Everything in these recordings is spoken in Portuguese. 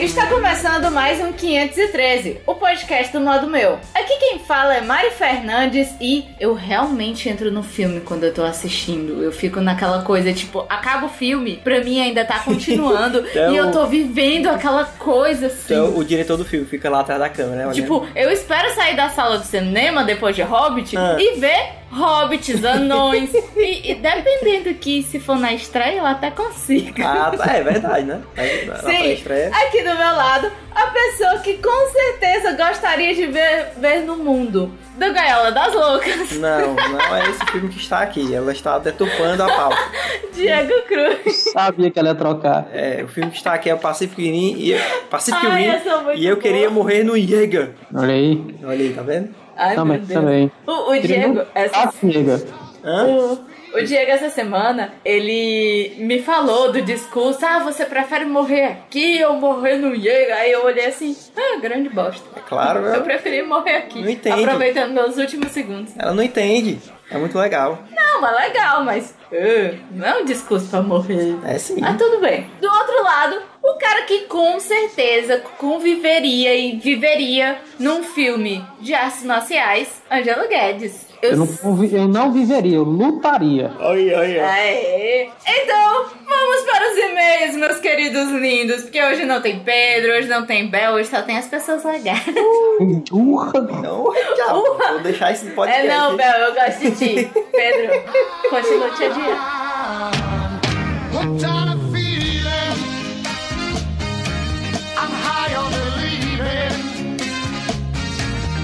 Está começando mais um 513, o podcast do modo meu. Aqui quem fala é Mari Fernandes e eu realmente entro no filme quando eu tô assistindo. Eu fico naquela coisa tipo, acaba o filme, pra mim ainda tá continuando Então- e eu tô vivendo aquela coisa assim. Então, o diretor do filme fica lá atrás da câmera, né? olhando. Tipo, eu espero sair da sala do cinema depois de Hobbit Ah. e ver Hobbits, anões. e, e dependendo que se for na estreia, eu até consigo. Ah, tá, é verdade, né? Aí, na- na Sim. pré-estreia. Aqui do meu lado, a pessoa que com certeza gostaria de ver, ver no mundo. Do Gaiola das Loucas, Não, não é esse filme que está aqui. Ela está deturpando a pauta. Diego Cruz. Sabia que ela ia trocar. É, o filme que está aqui é o Pacific Rim e Pacific Ai, eu Rim. sou muito E eu boa. queria morrer no Jäger. Olha aí. Olha aí, tá vendo? Ai, também, meu Deus. também. O, o Diego, essa, Ah, nega. Hã? o Diego essa semana, ele me falou do discurso, ah, você prefere morrer aqui ou morrer no Diego? Aí eu olhei assim, ah, grande bosta. É claro, Eu ela, preferi morrer aqui, Não entendo. aproveitando meus últimos segundos. ela não entende. É muito legal. Não, mas legal, mas ah, não é um discurso pra morrer. É sim. Ah, tudo bem. Do outro lado, o cara que com certeza conviveria e viveria num filme de artes marciais, Angelo Guedes. Eu não, convi- eu não viveria, eu lutaria. Oi, oi, Aê. Então, vamos para os e-mails, meus queridos lindos, porque hoje não tem Pedro, hoje não tem Bel, hoje só tem as pessoas legais. Urra. Não, já, vou deixar esse É podcast. não, Bel, eu gosto de ti. Pedro, continua te adiando. What kind of feeling? I'm high on believing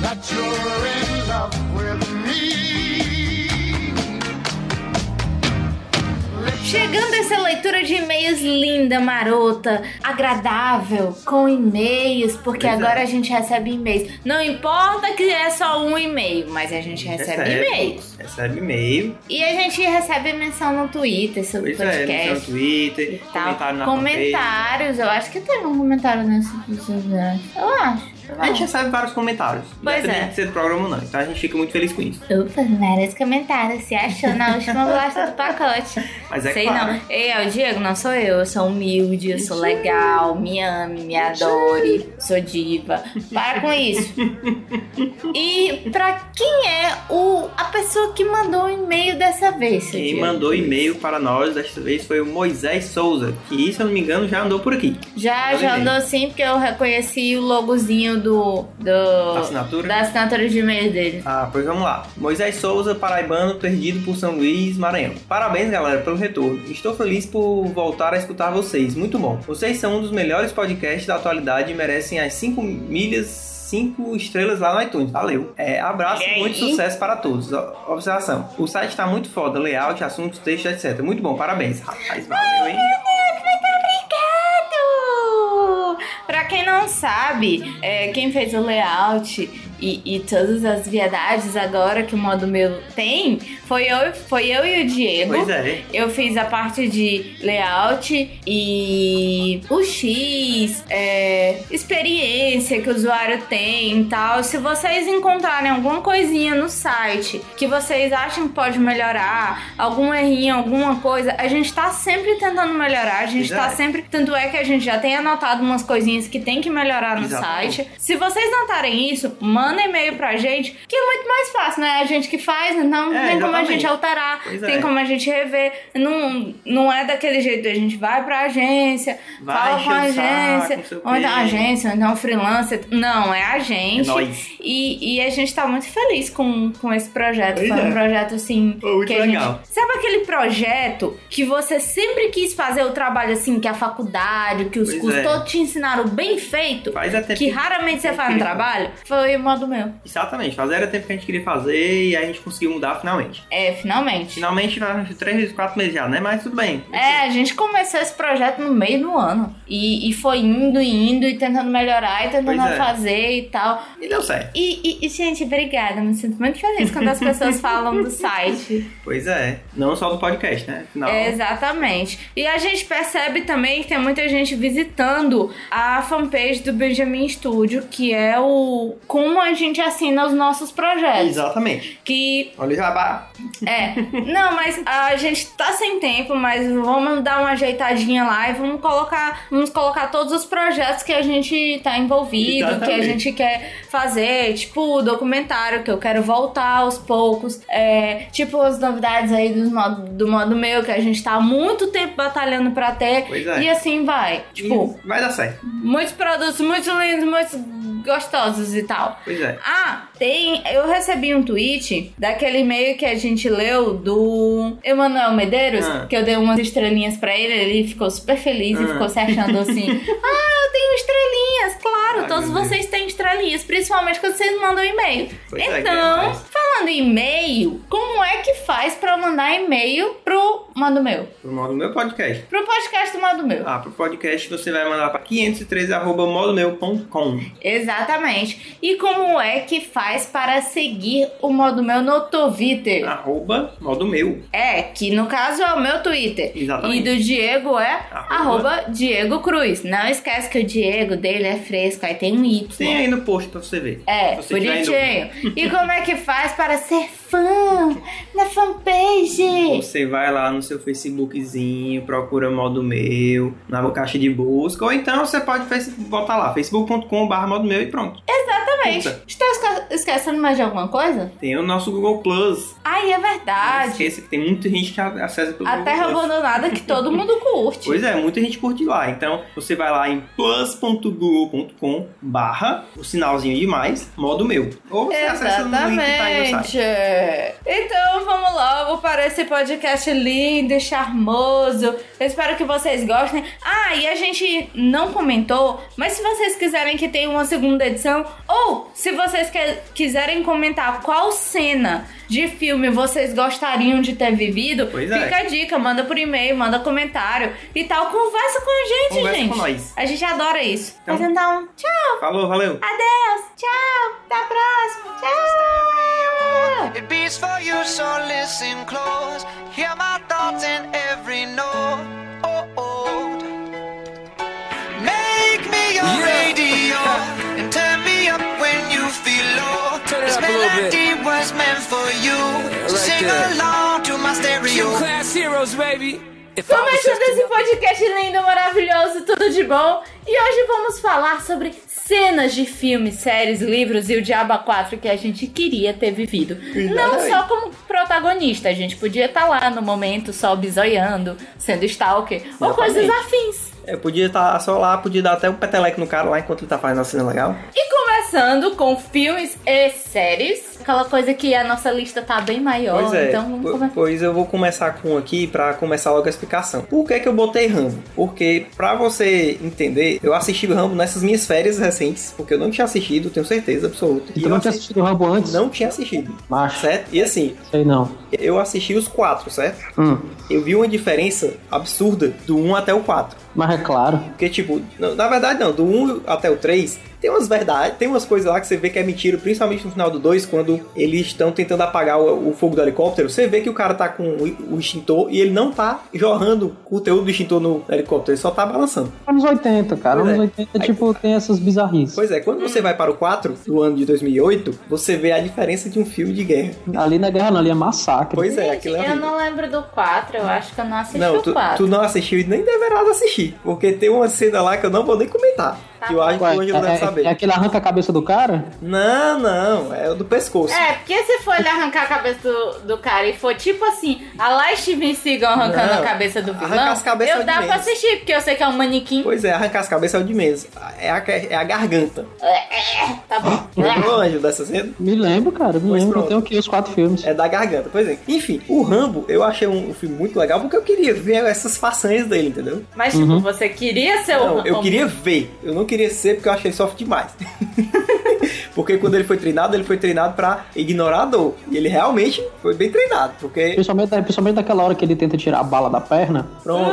that you're in love with me. Chegando essa leitura de e-mails linda, marota, agradável, com e-mails, porque Pois é. agora a gente recebe e-mails. Não importa que é só um e-mail, mas a gente é recebe e-mails. Recebe e-mail. E a gente recebe menção no Twitter sobre Pois o é, menção no podcast. Twitter, e tal. comentário na fanpage. Comentários, eu acho que teve um comentário nesse Eu acho. eu A gente acho. recebe vários comentários. Pois é. Independente de ser do programa ou não. Então a gente fica muito feliz com isso. Opa, vários comentários. Se achou na última bolacha do pacote. Mas é Sei claro. não. Ei, é o Diego, não sou eu. Eu sou humilde, eu sou legal, me ame, me adore, sou diva. Para com isso. E pra quem é o, a pessoa que mandou o e-mail dessa vez, seu Quem Diego? mandou e-mail para nós desta vez foi o Moisés Souza, que, se eu não me engano, já andou por aqui. Já, Mandou já e-mail. andou sim, porque eu reconheci o logozinho do. do Assinatura? da assinatura de e-mail dele. Ah, pois vamos lá. Moisés Souza, paraibano, perdido por São Luís, Maranhão. Parabéns, galera, pelo retorno. Estou feliz por voltar a escutar vocês. Muito bom. Vocês são um dos melhores podcasts da atualidade e merecem as 5 milhas. 5 estrelas lá no iTunes, valeu. É, abraço E e muito aí? sucesso para todos. O- Observação: o site está muito foda, layout, assuntos, texto, etc. Muito bom, parabéns, rapaz. Valeu, hein? Obrigado! Pra quem não sabe, é, quem fez o layout e, e todas as viadagens agora que o modo meu tem, foi eu, foi eu e o Diego. Pois é. Eu fiz a parte de layout e o X, é, experiência que o usuário tem e tal. Se vocês encontrarem alguma coisinha no site que vocês acham que pode melhorar, algum errinho, alguma coisa, a gente tá sempre tentando melhorar, a gente tá Exato. sempre. Tanto é que a gente já tem anotado umas coisinhas que tem que melhorar no Exato. site. Se vocês notarem isso, mandem e-mail pra gente, que é muito mais fácil, né? A gente que faz, então não É, tem como a gente exatamente. alterar, Pois tem é. como a gente rever. Não, não é daquele jeito, a gente vai pra agência, Vai fala com a encher o saco, agência, não sei o ou então quê. agência, ou então freelancer. Não, é a gente. É nóis. e, e a gente tá muito feliz com, com esse projeto. Pois Foi um é. projeto assim. Foi muito que a legal. gente- Sabe aquele projeto que você sempre quis fazer o trabalho assim, que a faculdade, que os Pois cursos é. todos te ensinaram bem feito? Faz é até Que raramente você faz no trabalho, foi o modo meu. Exatamente, fazer era tempo que a gente queria fazer e aí a gente conseguiu mudar finalmente. É, finalmente. Finalmente faz 3, 4 meses já, né? Mas tudo bem. É, a gente começou esse projeto no meio do ano. E, e foi indo e indo e tentando melhorar e tentando Pois é. fazer e tal. E deu certo. E, e- e, gente, obrigada. Me sinto muito feliz quando as pessoas falam do site. Pois é. Não só do podcast, né? Afinal, É, Exatamente. E a gente percebe também que tem muita gente visitando a fanpage do Benjamin Studio, que é o como a gente assina os nossos projetos. Exatamente. Que Olha o jabá. É, não, mas a gente tá sem tempo, mas vamos dar uma ajeitadinha lá e vamos colocar um vamos colocar todos os projetos que a gente tá envolvido, que a Exatamente. gente quer fazer, tipo o documentário que eu quero voltar aos poucos, é, tipo as novidades aí do modo, do modo meu que a gente tá há muito tempo batalhando pra ter. Pois é. E assim vai. Tipo, E vai dar certo. muitos produtos muito lindos, muito gostosos e tal. Pois é. Ah, tem. Eu recebi um tweet daquele e-mail que a gente leu do Emanuel Medeiros, Ah. que eu dei umas estrelinhas pra ele, ele ficou super feliz e Ah. ficou se achando assim: Ah, eu tenho estrelinhas! Claro, Ai, todos meu Deus. vocês têm estrelinhas, principalmente quando vocês mandam e-mail. Pois é, que é então, mais. falando em e-mail, como é que faz pra mandar e-mail pro Mando Meu? Pro modo meu podcast. Pro podcast do Mando Meu. Ah, pro podcast você vai mandar pra 503@modomeu.com. Exatamente. E como é que faz para seguir o Modo Meu no Twitter? Arroba modo meu. É, que no caso é o meu Twitter. E Exatamente. do Diego é Arroba. arroba Diego Cruz. Não esquece que o Diego dele é fresco, aí tem um Y. Tem aí no post pra você ver. É, Você tiver em bonitinho. E como é que faz para ser fã na fanpage? Você vai lá no seu Facebookzinho, procura modo meu, na caixa de busca, ou então você pode face- botar lá, facebook.com.br modo meu e pronto. Exatamente. Puta. Estou esque- esquecendo mais de alguma coisa? Tem o nosso Google Plus. Ai, é Não verdade. esqueça que tem muita gente que a- acessa pelo A Google terra Plus. abandonada que todo mundo curte. Pois é, muita gente curte lá. Então você vai lá em plus.google.com barra o sinalzinho de mais, modo meu. Ou você acessa no link que tá aí no site. Exatamente. Então vamos logo para esse podcast lindo e charmoso. Eu espero que vocês gostem. Ah, e a gente não comentou, mas se vocês quiserem que tenha uma segunda edição, ou se vocês que- quiserem comentar qual cena de filme vocês gostariam de ter vivido, Pois é. fica a dica, manda por e-mail, manda comentário e tal. Conversa com a gente, Conversa gente. com nós. A gente adora isso. Então- Mas então, Falou, valeu. Adeus, tchau, até a próxima, tchau! It beats for you, so listen close. Hear my thoughts in every note. Oh, Make me your Yeah. radio and turn me up when you feel low. Turn it this up a little bit. melody was meant for you. so right sing there. along to my stereo. class heroes, baby. If I was Começando just esse another- podcast lindo, maravilhoso, tudo de bom. E hoje vamos falar sobre cenas de filmes, séries, livros e o Diaba 4 que a gente queria ter vivido. Não só como protagonista, a gente podia estar lá no momento só bizoiando, sendo stalker ou Exatamente. coisas afins. Eu É, podia estar só lá, podia dar até um peteleco no cara lá enquanto ele tá fazendo a cena legal. E começando com filmes e séries, aquela coisa que a nossa lista tá bem maior, pois é. então vamos Po- começar. Pois eu vou começar com um aqui pra começar logo a explicação. Por que que eu botei Rambo? Porque pra você entender, eu assisti o Rambo nessas minhas férias recentes, porque eu não tinha assistido, tenho certeza absoluta. E tu não eu tinha assi- assistido o Rambo antes? não tinha assistido, Macho, certo? E assim, sei não. eu assisti os quatro, certo? Hum, Eu vi uma diferença absurda do 1 até o 4. mas é claro. Porque, tipo, não- na verdade não, do 1 até o 3, tem umas verdades, tem umas coisas lá que você vê que é mentira, principalmente no final do 2, quando eles estão tentando apagar o, o fogo do helicóptero, você vê que o cara tá com o, o extintor e ele não tá jorrando o conteúdo do extintor no helicóptero, ele só tá balançando. Anos 80, cara. Pois Anos é. 80, tipo, tem essas bizarrices. Pois é, quando você Hum. vai para o 4, do ano de 2008, você vê a diferença de um filme de guerra. Ali na guerra, não, ali é massacre. Pois é, Gente, aquilo é eu horrível. não lembro do 4, eu acho que eu não assisti Não, o tu, 4. tu não assistiu e nem deverás assistir, porque tem uma cena lá que eu não vou nem comentar, Tá que eu acho que Ué, o Ângelo deve é, é, saber. é aquele arranca a cabeça do cara? Não, não, é o do pescoço. É, porque se for ele arrancar a cabeça do, do cara e for tipo assim, a lá Steven Seagal arrancando Não, a cabeça do arranca vilão, as cabeças eu de dá pra menos. assistir, porque eu sei que é um manequim. Pois é, arrancar as cabeças é o de menos. É a, é a garganta. Tá bom. Lembrou, Ângelo, dessa cena? Me lembro, cara. Me Pois lembro. pronto. Eu tenho aqui os quatro filmes. É da garganta, pois é. Enfim, o Rambo eu achei um, um filme muito legal porque eu queria ver essas façanhas dele, entendeu? Mas tipo, você queria ser um o. Não, eu o- queria ver. Eu não queria ser porque eu achei soft demais. porque quando ele foi treinado, ele foi treinado pra ignorar a dor. E ele realmente foi bem treinado, porque Principalmente, principalmente naquela hora que ele tenta tirar a bala da perna. Pronto,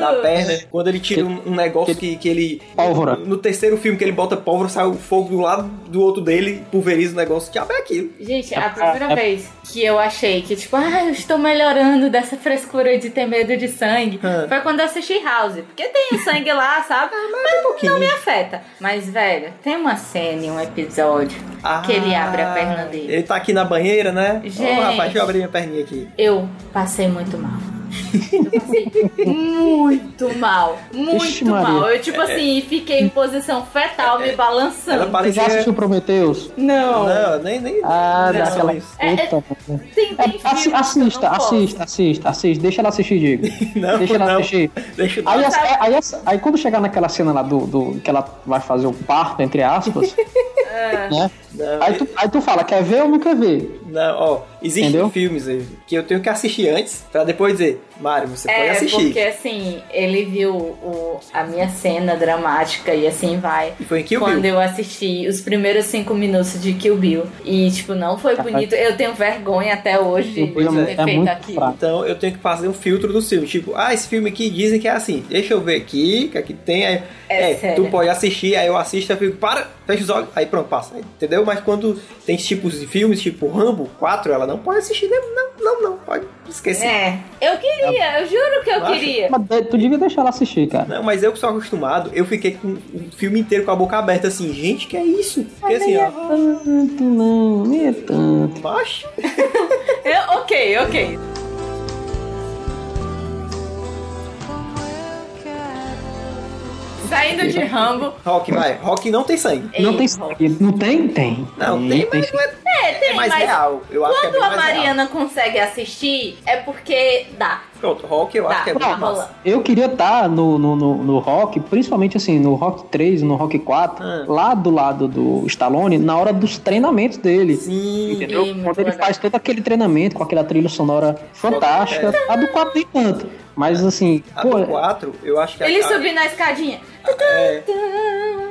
da perna. Quando ele tira um, um negócio que, que ele. Pólvora. No terceiro filme que ele bota pólvora, sai o fogo do lado do outro dele, pulveriza o negócio. Que diabo é aquilo? Gente, a primeira vez que eu achei que, tipo, ah, eu estou melhorando dessa frescura de ter medo de sangue, Ah. foi quando eu assisti House. Porque tem o sangue lá, sabe? Ah, Mas não me afeta. Mas, velho, tem uma cena em um episódio Ah, que ele abre a perna dele. Ele tá aqui na banheira, né? Ô, Gente. rapaz, deixa eu abrir minha perninha aqui. Eu passei muito mal. Eu passei muito mal. Muito Ixi, Maria. mal. Eu, tipo assim, fiquei em posição fetal, me balançando. Ela Tu parecia. já assistiu Prometheus? Não. Não, nem. nem Ah, é- não, daquela mas- puta. É, é- mano. Tem, É, tem filme assi- que eu assista, não posso. assista, assista, assista. Deixa ela assistir, Diego. Não, Deixa ela não. assistir. Deixa eu Aí, as- aí, as- aí quando chegar naquela cena lá do, do- que ela vai fazer o parto, entre aspas, né? Não, Aí tu, aí tu fala, quer ver ou não quer ver? não, ó, existem Entendeu? filmes aí que eu tenho que assistir antes pra depois dizer, Mário, você pode É, assistir. porque assim, ele viu o- a minha cena dramática e assim vai. E foi em Kill quando Bill. eu assisti os primeiros cinco minutos de Kill Bill. E, tipo, não foi Rapaz. bonito. Eu tenho vergonha até hoje de Kill Bill é- ter é feito muito aquilo. fraco. Então eu tenho que fazer um filtro do filme. Tipo, ah, esse filme aqui dizem que é assim. Deixa eu ver aqui, o que aqui tem. Aí, É sério. tu pode assistir, aí eu assisto, eu fico, para, fecha os olhos, aí pronto, passa. Entendeu? Mas quando tem tipos de filmes, tipo Rambo 4, ela não pode assistir, né? Não, não, não, pode esquecer. É. Eu queria, eu juro que eu Acho. queria. Mas de- tu devia deixar ela assistir, É. cara. Não, mas eu que sou acostumado, eu fiquei com o filme inteiro com a boca aberta, assim, gente, que é isso? Porque assim, ó, Tanto não, nem é tanto. macho. Eu- ok, ok. Saindo de Rambo. Rock, vai. Rock não tem sangue. Não tem Ei, sangue. Não tem? Hum, Tem. Não, tem, mas não é, É, tem, é mais mas real. Eu acho que é quando bem a mais real. Mariana consegue assistir, é porque dá. Pronto, Rock eu Tá, acho que é tá bem massa. rolando. Eu queria estar no, no, no, no rock, principalmente assim, no rock 3, no rock 4, Ah. lá do lado do Stallone, na hora dos treinamentos dele. Sim. Entendeu? Sim, muito Quando ele legal. faz todo aquele treinamento com aquela trilha sonora fantástica. A do 4 nem tanto. Mas assim, É. A pô, do 4, eu acho que é Ele a, subir na escadinha. é,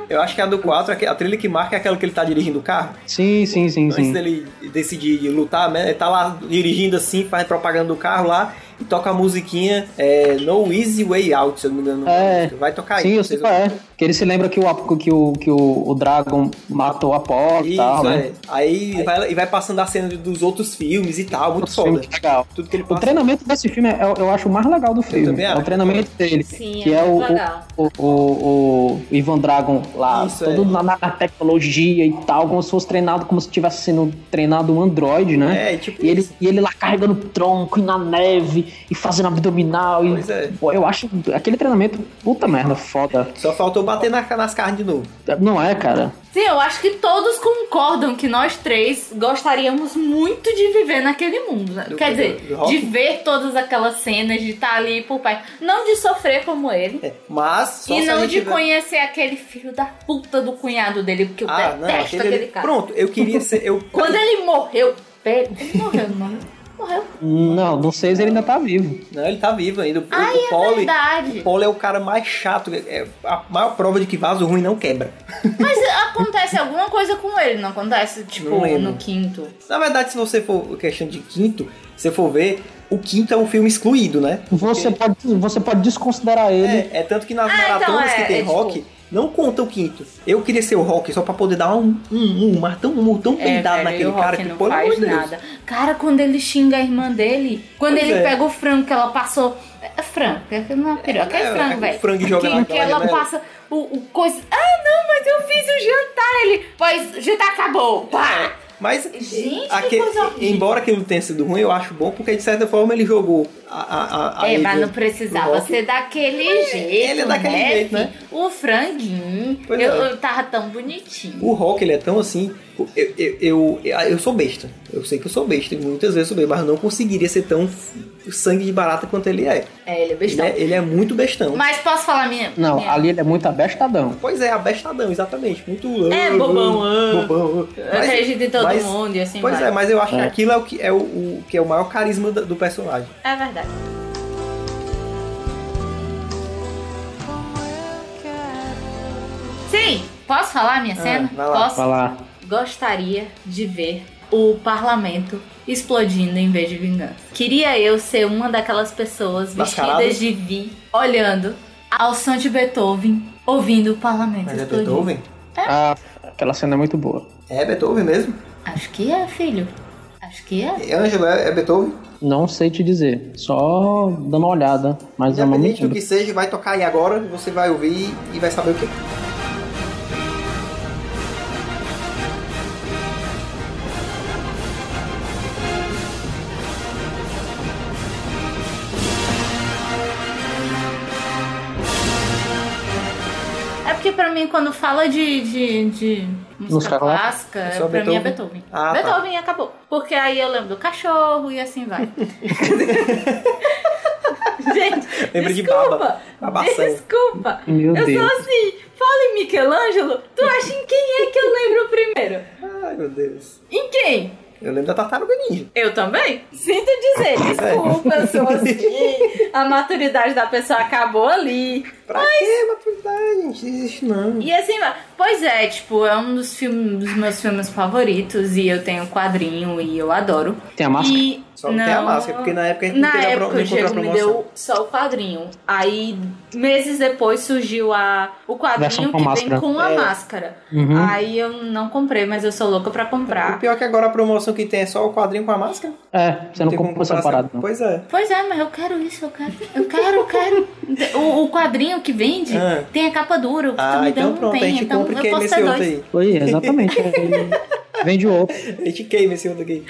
Eu acho que a do 4, a trilha que marca é aquela que ele tá dirigindo o carro. sim, sim, sim, Antes sim. dele decidir lutar, né? Ele tá lá dirigindo assim, faz propaganda do carro lá e toca a musiquinha é, No Easy Way Out, se eu não me engano. É. Vai tocar Sim, aí. eu sei qual é. Que ele se lembra que o, Ap- que o, que o, o Dragon matou a Apollo e Isso, tal, né? é. Aí vai, e vai passando a cena dos outros filmes e tal, muito foda. um legal. Tudo que ele O passa. treinamento desse filme é, eu acho o mais legal do filme. também É acho. o treinamento dele. Sim, que é é, o, muito legal. o, o, o Ivan Dragon lá, Isso, todo é. na, na tecnologia e tal, como se fosse treinado, como se tivesse sendo treinado um androide, né? É, tipo E ele, isso. e ele lá carregando tronco e na neve e fazendo abdominal. e- Pois é. Pô, eu acho aquele treinamento, puta merda, foda. Só faltou bater na, nas carnes de novo. Não é, cara? Sim, eu acho que todos concordam que nós três gostaríamos muito de viver naquele mundo. né? Do- Quer do- dizer, do rock? de ver todas aquelas cenas, de estar ali por perto. Não de sofrer como ele. É, Mas. Só e se não a de gente tiver- conhecer aquele filho da puta do cunhado dele, porque eu Ah, não, detesto aquele, aquele, ali- cara. Pronto, eu queria ser. Eu, Quando ele morreu, velho, ele morreu, não. Morreu. Não, não sei se ele ainda tá vivo. Não, ele tá vivo ainda. O, Ai, o é Poli. verdade. o Poli é o cara mais chato. É a maior prova de que vaso ruim não quebra. Mas acontece alguma coisa com ele, não acontece? Tipo, Não lembro. no quinto. Na verdade, se você for questão de quinto, se você for ver, o quinto é um filme excluído, né? Você, pode, você pode desconsiderar ele. É, é tanto que nas Ah, então maratonas é, que tem é, tipo- rock, não conta o quinto. Eu queria ser o rock só pra poder dar um, um, um mas tão, um tão peidado É, velho, e naquele o Rock cara que, não pelo amor faz de Deus. nada. Cara, quando ele xinga a irmã dele, quando Pois ele é. pega o frango que ela passou. É frango, é que não é piroca, é, É, frango, é, velho. o frango e joga que, na- que na ela janela. passa o, o coisa. Ah, não, mas eu fiz o jantar. Ele. Pois, jantar acabou. Pá! É. Mas, Gente, que aque- coisa horrível. embora aquilo tenha sido ruim, eu acho bom, porque de certa forma ele jogou a. a, a É, a mas Eva não precisava no rock. ser daquele jeito. ele é daquele né, jeito, né? filho? O franguinho. Eu, Pois é. eu tava tão bonitinho. O rock, ele é tão assim. Eu, eu, eu, eu sou besta. Eu sei que eu sou besta. e Muitas vezes eu sou besta, mas eu não conseguiria ser tão f- sangue de barata quanto ele é. É, ele é Ele bestão. é, ele é muito bestão. Mas posso falar minha. Não, minha... ali ele é muito abestadão. Pois é, abestadão, exatamente. Muito. É, bobão, ah. Bobão. Eu acredito em todo mas- mundo e assim Pois vai. é, mas eu acho que É. aquilo é o que é o, o- que é o maior carisma da- do personagem. É verdade. Sim, posso falar a minha cena? Ah, vai lá, posso? Vai lá. Gostaria de ver o parlamento explodindo em vez de vingança. Queria eu ser uma daquelas pessoas Mascarado? vestidas de vi, olhando ao som de Beethoven, ouvindo o parlamento Mas é explodir. Beethoven? Ah, aquela cena é muito boa. É Beethoven mesmo? Acho que é, filho. Acho que é. É, Ângelo, é, é Beethoven? Não sei te dizer, só dando uma olhada, mas eu não me Independente do lembro. que seja, vai tocar aí agora, você vai ouvir e vai saber o que é. Thank É porque pra mim, quando fala de, de, de música Música clássica, É é- só pra mim é Beethoven? Beethoven. Ah, tá. Beethoven e acabou. Porque aí eu lembro do cachorro e assim vai. Gente, Lembra de desculpa. baba. Babação. Desculpa. Meu eu Deus. sou assim, fala em Michelangelo, tu acha em quem é que eu lembro primeiro? Ai, meu Deus. Em quem? Eu lembro da Tartaruga Ninja. Eu também? Sinto dizer, desculpa, eu sou assim. A maturidade da pessoa acabou ali. Pra quê, maturidade, gente? Não existe, não. E assim, vai. pois é, tipo, é um dos, filmes, dos meus filmes favoritos e eu tenho quadrinho e eu adoro. Tem a máscara? E- Só não tem a máscara, porque na época a gente não na teve a pro- época não o encontrou a Diego me promoção. deu só o quadrinho. Aí, meses depois, surgiu a, o Versão quadrinho com que máscara. vem com a É. máscara. Uhum. Aí eu não comprei, mas eu sou louca pra O comprar. pior é que agora a promoção que tem é só o quadrinho com a máscara. É, você não tem como compra comprar separado, essa- não. Pois é. Pois é, mas eu quero isso, eu quero, eu quero, eu quero. O, o quadrinho que vende Ah. tem a capa dura, o que tu Ah, Tá me deu então não pronto, a tem, gente então compra e eu queima posso esse ter outro dois. aí. Foi, exatamente. é. Vende o outro. A gente queima esse outro aqui.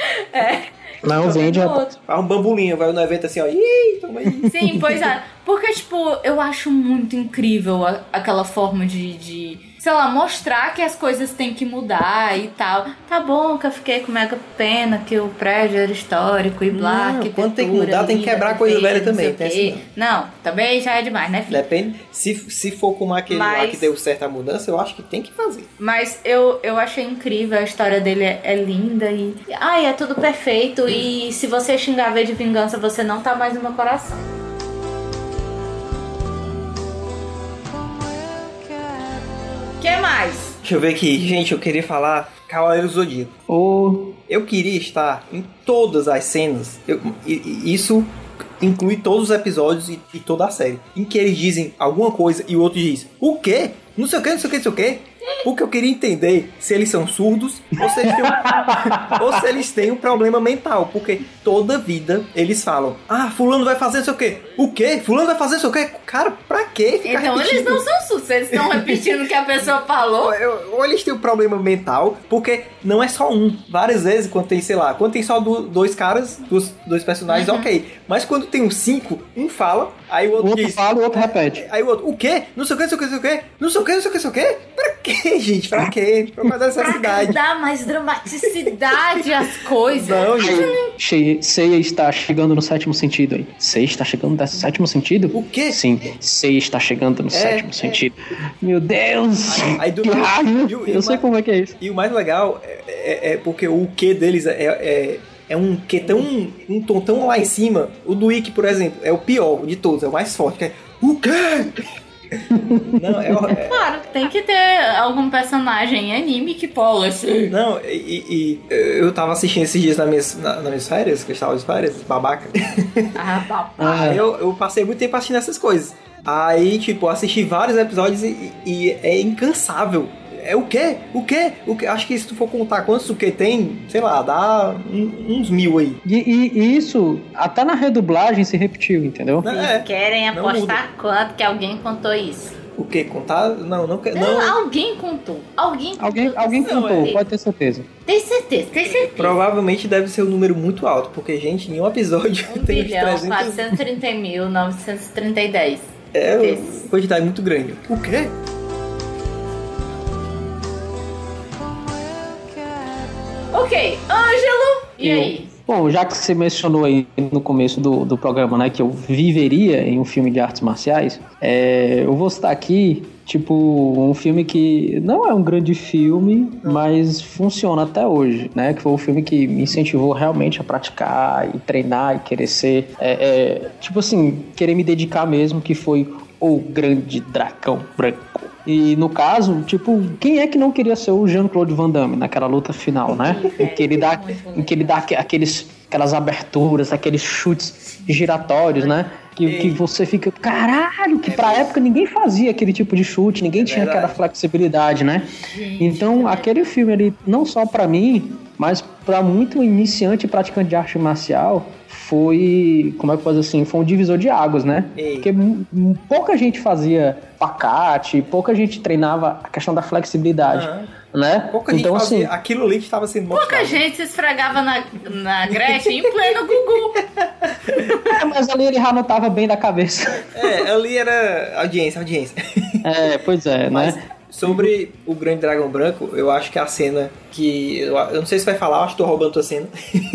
Não, vende. Então Outro. rapaz. Faz um bambulinho, vai no evento assim, ó. Ih, toma aí. Sim, pois é. Porque, tipo, eu acho muito incrível a- aquela forma de, de, sei lá, mostrar que as coisas têm que mudar e tal. Tá bom que eu fiquei com mega pena que o prédio era histórico e blá. Não, que quando tem que arquitetura mudar, tem que linda, quebrar coisa perfeita, velha não sei também, o tem quê. assim, Não, também já é demais, né, filho? Depende. Se, se for como aquele lá Mas- que deu certa mudança, eu acho que tem que fazer. Mas eu, eu achei incrível, a história dele é, é linda e. Ai, é tudo perfeito. E se você xingar V de vingança, você não tá mais no meu coração. que mais? Deixa eu ver aqui. Gente, eu queria falar Cavaleiro do Zodíaco. Ô, Eu queria estar em todas as cenas. Eu- e- e isso inclui todos os episódios e, e toda a série. Em que eles dizem alguma coisa e o outro diz o quê? Não sei o quê, não sei o quê, não sei o quê. Porque eu queria entender se eles são surdos ou se eles têm um, ou se eles têm um problema mental. Porque toda vida eles falam: Ah, Fulano vai fazer não sei o quê. O quê? Fulano vai fazer não sei o quê. Cara, pra quê? ficar Então eles repetindo não são sustos, eles estão repetindo o que a pessoa falou. ou, eu- ou eles têm um problema mental, porque não é só um. Várias vezes, quando tem, sei lá, quando tem só du- dois caras, dos, dois personagens, Uhum. ok. Mas quando tem uns cinco, um fala, aí o o outro, outro diz. fala e o outro repete. Aí o outro, o quê? Não sei o quê, não sei o quê, não sei o quê, não sei o quê, não sei o quê, não sei o quê. Pra quê, gente? Pra quê? Pra fazer essa Pra cidade. dar mais dramaticidade às coisas. Não, gente. Che- Ceia está chegando no sétimo sentido aí. Ceia está chegando no sétimo sentido? O quê? Sim, Ceia está chegando no sétimo é. sentido. Meu Deus! Aí do Que nada- raiva! e o- e Eu o sei ma- como é que é isso. E o mais legal é, é- é porque o que deles é, é, é um que tão um tom tão lá em cima. O do Ikki, por exemplo, é o pior de todos, é o mais forte. que é, o quê? Não, é, hor- é- Claro, tem que ter algum personagem anime que pola assim. não e, e- e eu tava assistindo esses dias nas minhas, na- nas minhas férias, que eu estava de férias, babaca. Ah, papai. Ah, Aí eu, eu passei muito tempo assistindo essas coisas. Aí, tipo, eu assisti vários episódios e, e é incansável. É o quê? O quê? O quê? Acho que se tu for contar quantos o que tem, sei lá, dá um- uns mil aí. E, e- e isso, até na redublagem se repetiu, entendeu? Não, Vocês é. querem não apostar quanto que alguém contou isso? O que? Contar? Não, não quero. Não. Alguém contou. Alguém contou. Alguém, alguém Não, contou, é- pode ter certeza. Tem certeza, tem certeza. Provavelmente deve ser um número muito alto, porque, gente, em um episódio 1 tem uns bilhão, 300. 430 mil, 930 É uma vezes. quantidade muito grande. O quê? Ok, Ângelo, e Eu- aí? Bom, já que você mencionou aí no começo do, do programa, né, que eu viveria em um filme de artes marciais, é, eu vou citar aqui, tipo, um filme que não é um grande filme, mas funciona até hoje, né? Que foi o filme que me incentivou realmente a praticar e treinar e querer ser, é, é, tipo assim, querer me dedicar mesmo, que foi O Grande Dragão Branco. E no caso, tipo, quem é que não queria ser o Jean-Claude Van Damme naquela luta final, né? Em é, que ele dá, em que ele dá aque- aqueles, aquelas aberturas, aqueles chutes giratórios, né? É. Que, que você fica, caralho, que pra época ninguém fazia aquele tipo de chute, ninguém tinha É verdade. é aquela flexibilidade, né? Então, aquele filme ali, não só pra mim, mas pra muito iniciante e praticante de arte marcial, foi, como é que faz assim, foi um divisor de águas, né? Ei. Porque mu- mu- pouca gente fazia pacate, pouca gente treinava a questão da flexibilidade, Ah, né? pouca gente então, fazia. assim, Aquilo ali que estava sendo mostrado. Pouca gente se esfregava na, na Gretchen em pleno Gugu. é, mas ali ele já não tava bem da cabeça. É, ali era audiência, audiência. É, pois é, Mas né? sobre o Grande Dragão Branco, eu acho que a cena que. Eu, eu não sei se vai falar, eu acho que tô roubando tua cena.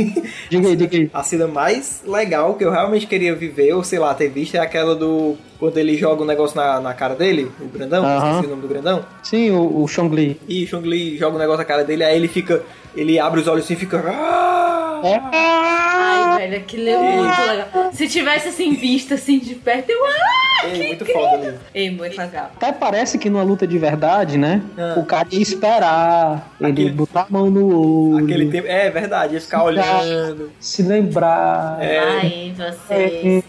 Diga aí, diga aí. a cena mais legal que eu realmente queria viver, ou sei lá, ter visto, é aquela do. Quando ele joga um negócio na, na cara dele, o grandão, Aham. esqueci o nome do grandão. Sim, o, o Chongli. E o Chong Li joga um negócio na cara dele, aí ele fica. Ele abre os olhos assim e fica. "Ah!" É. Ai, velho, aquilo é muito legal. Se tivesse assim, vista assim de perto, eu. Ah, É que muito incrível. foda mesmo. É muito legal. Até parece que numa luta de verdade, né? Ah. O cara ia esperar, ele Aquele- botar a mão no olho, Aquele tempo. É verdade, ia ficar olhando. se lembrar. É. Aí vocês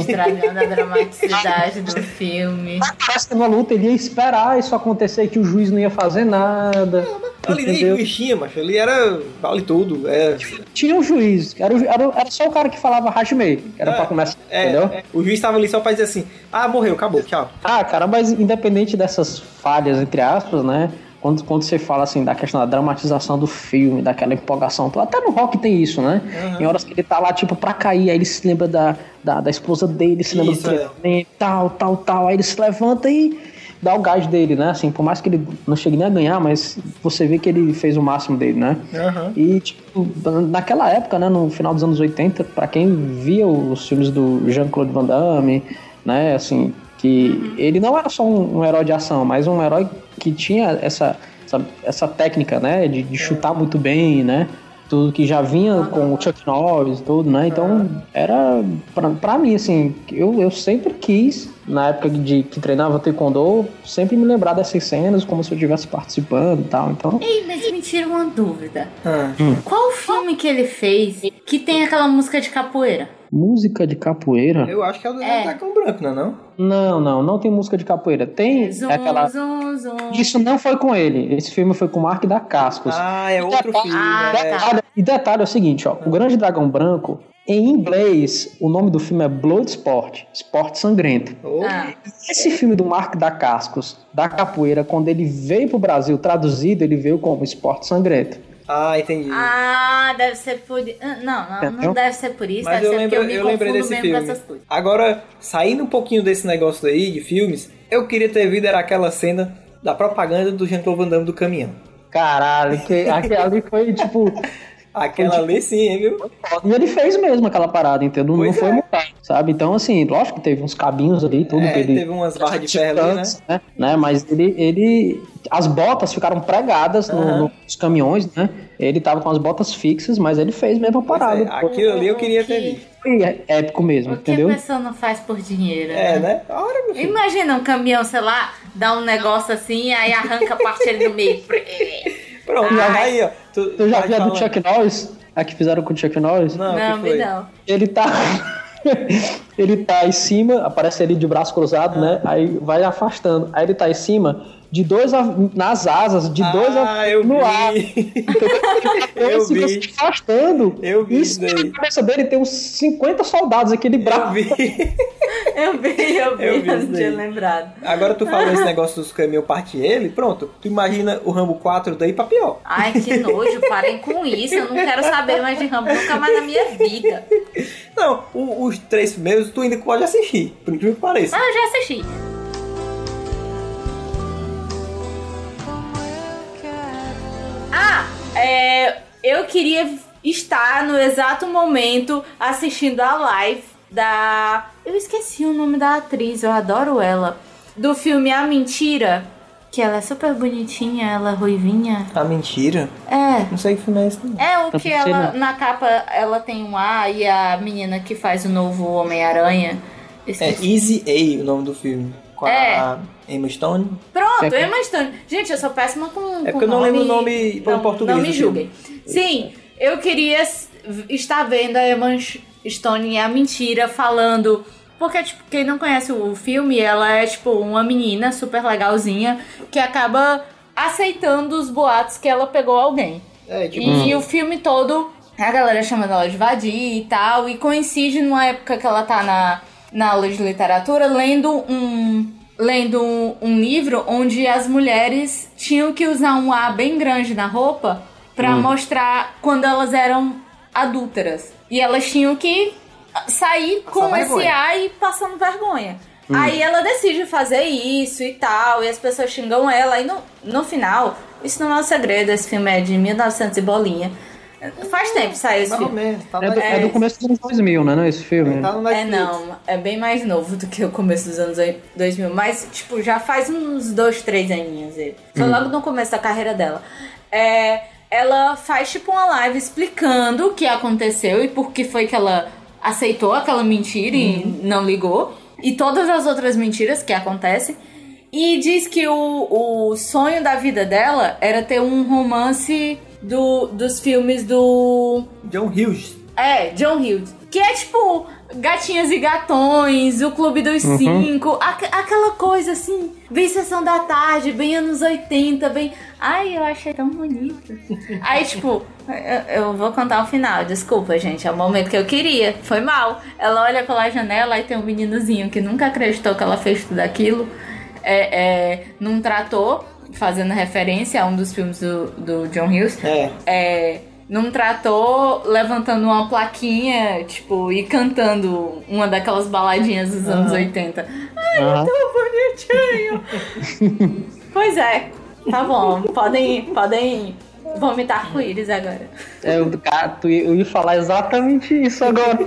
estragando a dramaticidade do filme. Parece que numa luta ele ia esperar isso acontecer, que o juiz não ia fazer nada. Ali nem entendeu? bichinha, macho. Ali era. Vale tudo. É. Tinha um juiz, era, o ju- era, o- era só o cara que falava Hashimei, era É, pra começar, é, entendeu? é. O juiz tava ali só pra dizer assim: ah, morreu, acabou, tchau. Ah, cara, mas independente dessas falhas, entre aspas, né? Quando, quando você fala assim da questão da dramatização do filme, daquela empolgação, toda, até no rock tem isso, né? Em horas que ele tá lá, tipo, pra cair, aí ele se lembra da, da, da esposa dele, se lembra Isso, é. do treinamento, tal, tal, tal. Aí ele se levanta e dá o gás dele, né? Assim, por mais que ele não chegue nem a ganhar, mas você vê que ele fez o máximo dele, né? Aham. E, tipo, naquela época, né, no final dos anos 80, pra quem via os filmes do Jean-Claude Van Damme, né, assim, que ele não era só um, um herói de ação, mas um herói que tinha essa, essa, essa técnica, né, de, de chutar muito bem, né, tudo que já vinha com o Chuck Norris e tudo, né, então era, pra, pra mim, assim, eu, eu sempre quis, na época de que treinava Taekwondo, sempre me lembrar dessas cenas como se eu estivesse participando e tal, então... Ei, mas me tira uma dúvida. Ah. Qual o filme que ele fez que tem aquela música de capoeira? Música de capoeira... Eu acho que é o do É. Dragão Branco, não é? Não? Não, não, não tem música de capoeira. Tem um Zum, aquela. zum, zum. Isso não foi com ele. Esse filme foi com o Mark da Cascos. Ah, é outro tá. filme. Ah, é. tá. Detalhe- E detalhe é o seguinte, ó. O Grande Dragão Branco, em inglês, o nome do filme é Bloodsport, Esporte Sangrento. Oh, Ah, Esse filme do Mark da Cascos, da capoeira, quando ele veio pro Brasil traduzido, ele veio como Esporte Sangrento. Ah, entendi. ah, deve ser por. ah, Não, não, não Entendeu? deve ser por isso. Mas deve eu ser porque lembro, eu eu me confundo lembrei desse mesmo filme. com essas coisas. Agora, saindo um pouquinho desse negócio daí, de filmes, eu queria ter visto era aquela cena da propaganda do Jean-Claude Van Damme do caminhão. Caralho, que, aquele ali foi tipo. Aquela ali sim, hein, viu? E ele fez mesmo aquela parada, entendeu? Não Pois foi é. montado, sabe? Então, assim, lógico que teve uns cabinhos ali e tudo. É, que ele... teve umas barras de ferro ali, né? antes, né? Né? Mas ele, ele. As botas ficaram pregadas no- Aham. nos caminhões, né? Ele tava com as botas fixas, mas ele fez mesmo a Pois parada. é, aquilo ali eu queria ter Que- visto. Foi épico mesmo, O que entendeu? a pessoa não faz por dinheiro? É, né? A hora, meu filho. Imagina um caminhão, sei lá, dá um negócio assim, aí arranca a parte ali no meio. Pronto, já vai aí, ó. Tu, Eu Então, já tá vi a do falando. Chuck Norris, a que fizeram com o Chuck Norris. Não, não, que vi foi? não. Ele tá. ele tá em cima, aparece ali de braço cruzado, né? Ah. Aí vai afastando. Aí ele tá em cima de dois a- nas asas, de dois a- Ah, eu no ar. vi. Eu Ele fica vi. se afastando. Eu vi Isso, isso daí. na cabeça dele tem uns 50 soldados, aquele Eu braço. vi. Eu vi, eu vi, Eu eu, vi isso não tinha daí. lembrado. Agora tu falou esse negócio dos caminhões partir ele, pronto. Tu imagina o Rambo 4 daí pra pior. Ai, que nojo, parem com isso. Eu não quero saber mais de Rambo nunca mais na minha vida. Não, o- os três primeiros tu ainda pode assistir, por incrível que pareça. Ah, eu já assisti. Ah, é, eu queria estar no exato momento assistindo a live da. Eu esqueci o nome da atriz, eu adoro ela. Do filme A Mentira, que ela é super bonitinha, ela é ruivinha. Ah, mentira. É. Não sei que filme é esse, não. É o que Mentira. ela. Na capa ela tem um A e a menina que faz o novo Homem-Aranha. É Esqueci. Easy A o nome do filme. Com a É. Emma Stone. Pronto, Emma Stone. Gente, eu sou péssima com. É com porque eu não lembro o nome não, em português. Não assim. me do filme. julguem. Sim, eu queria s- estar vendo a Emma Stone e a mentira falando. Porque, tipo, quem não conhece o filme, ela é, tipo, uma menina super legalzinha que acaba aceitando os boatos que ela pegou alguém. É, tipo, E o filme todo, a galera chamando ela de vadia e tal, e coincide numa época que ela tá na, na aula de literatura lendo um lendo um, um livro onde as mulheres tinham que usar um A bem grande na roupa pra mostrar quando elas eram adúlteras. E elas tinham que sair com vergonha. esse A e passando vergonha. Aí ela decide fazer isso e tal, e as pessoas xingam ela, e no, no final, isso não é um segredo, esse filme é de 1900 e bolinha. Faz tempo que saiu esse Mais ou filme. menos, tá, É do, na- é do começo dos anos 2000, né? Não, esse filme. tá no É Netflix. não, é bem mais novo do que o começo dos anos oi- 2000, mas tipo, já faz uns dois, três aninhos ele. Foi logo no começo da carreira dela. É, ela faz tipo uma live explicando o que aconteceu e por que foi que ela aceitou aquela mentira e não ligou. E todas as outras mentiras que acontecem. E diz que o, o sonho da vida dela era ter um romance do, dos filmes do John Hughes. é, John Hughes. Que é tipo Gatinhas e Gatões, O Clube dos Cinco, aqu- aquela coisa assim, bem Sessão da Tarde, bem anos 80, bem. Ai, eu achei tão bonito. Aí, tipo, eu, eu vou contar o final, desculpa, gente, é o momento que eu queria, foi mal. Ela olha pela janela e tem um meninozinho que nunca acreditou que ela fez tudo aquilo, é, é, num trator, fazendo referência a um dos filmes do, do John Hughes É. é, num trator levantando uma plaquinha, tipo, e cantando uma daquelas baladinhas dos anos 80. Aham. Tão bonitinho! pois é, tá bom, podem, podem vomitar com íris agora. É, eu, cara, tu ia- eu ia falar exatamente isso agora.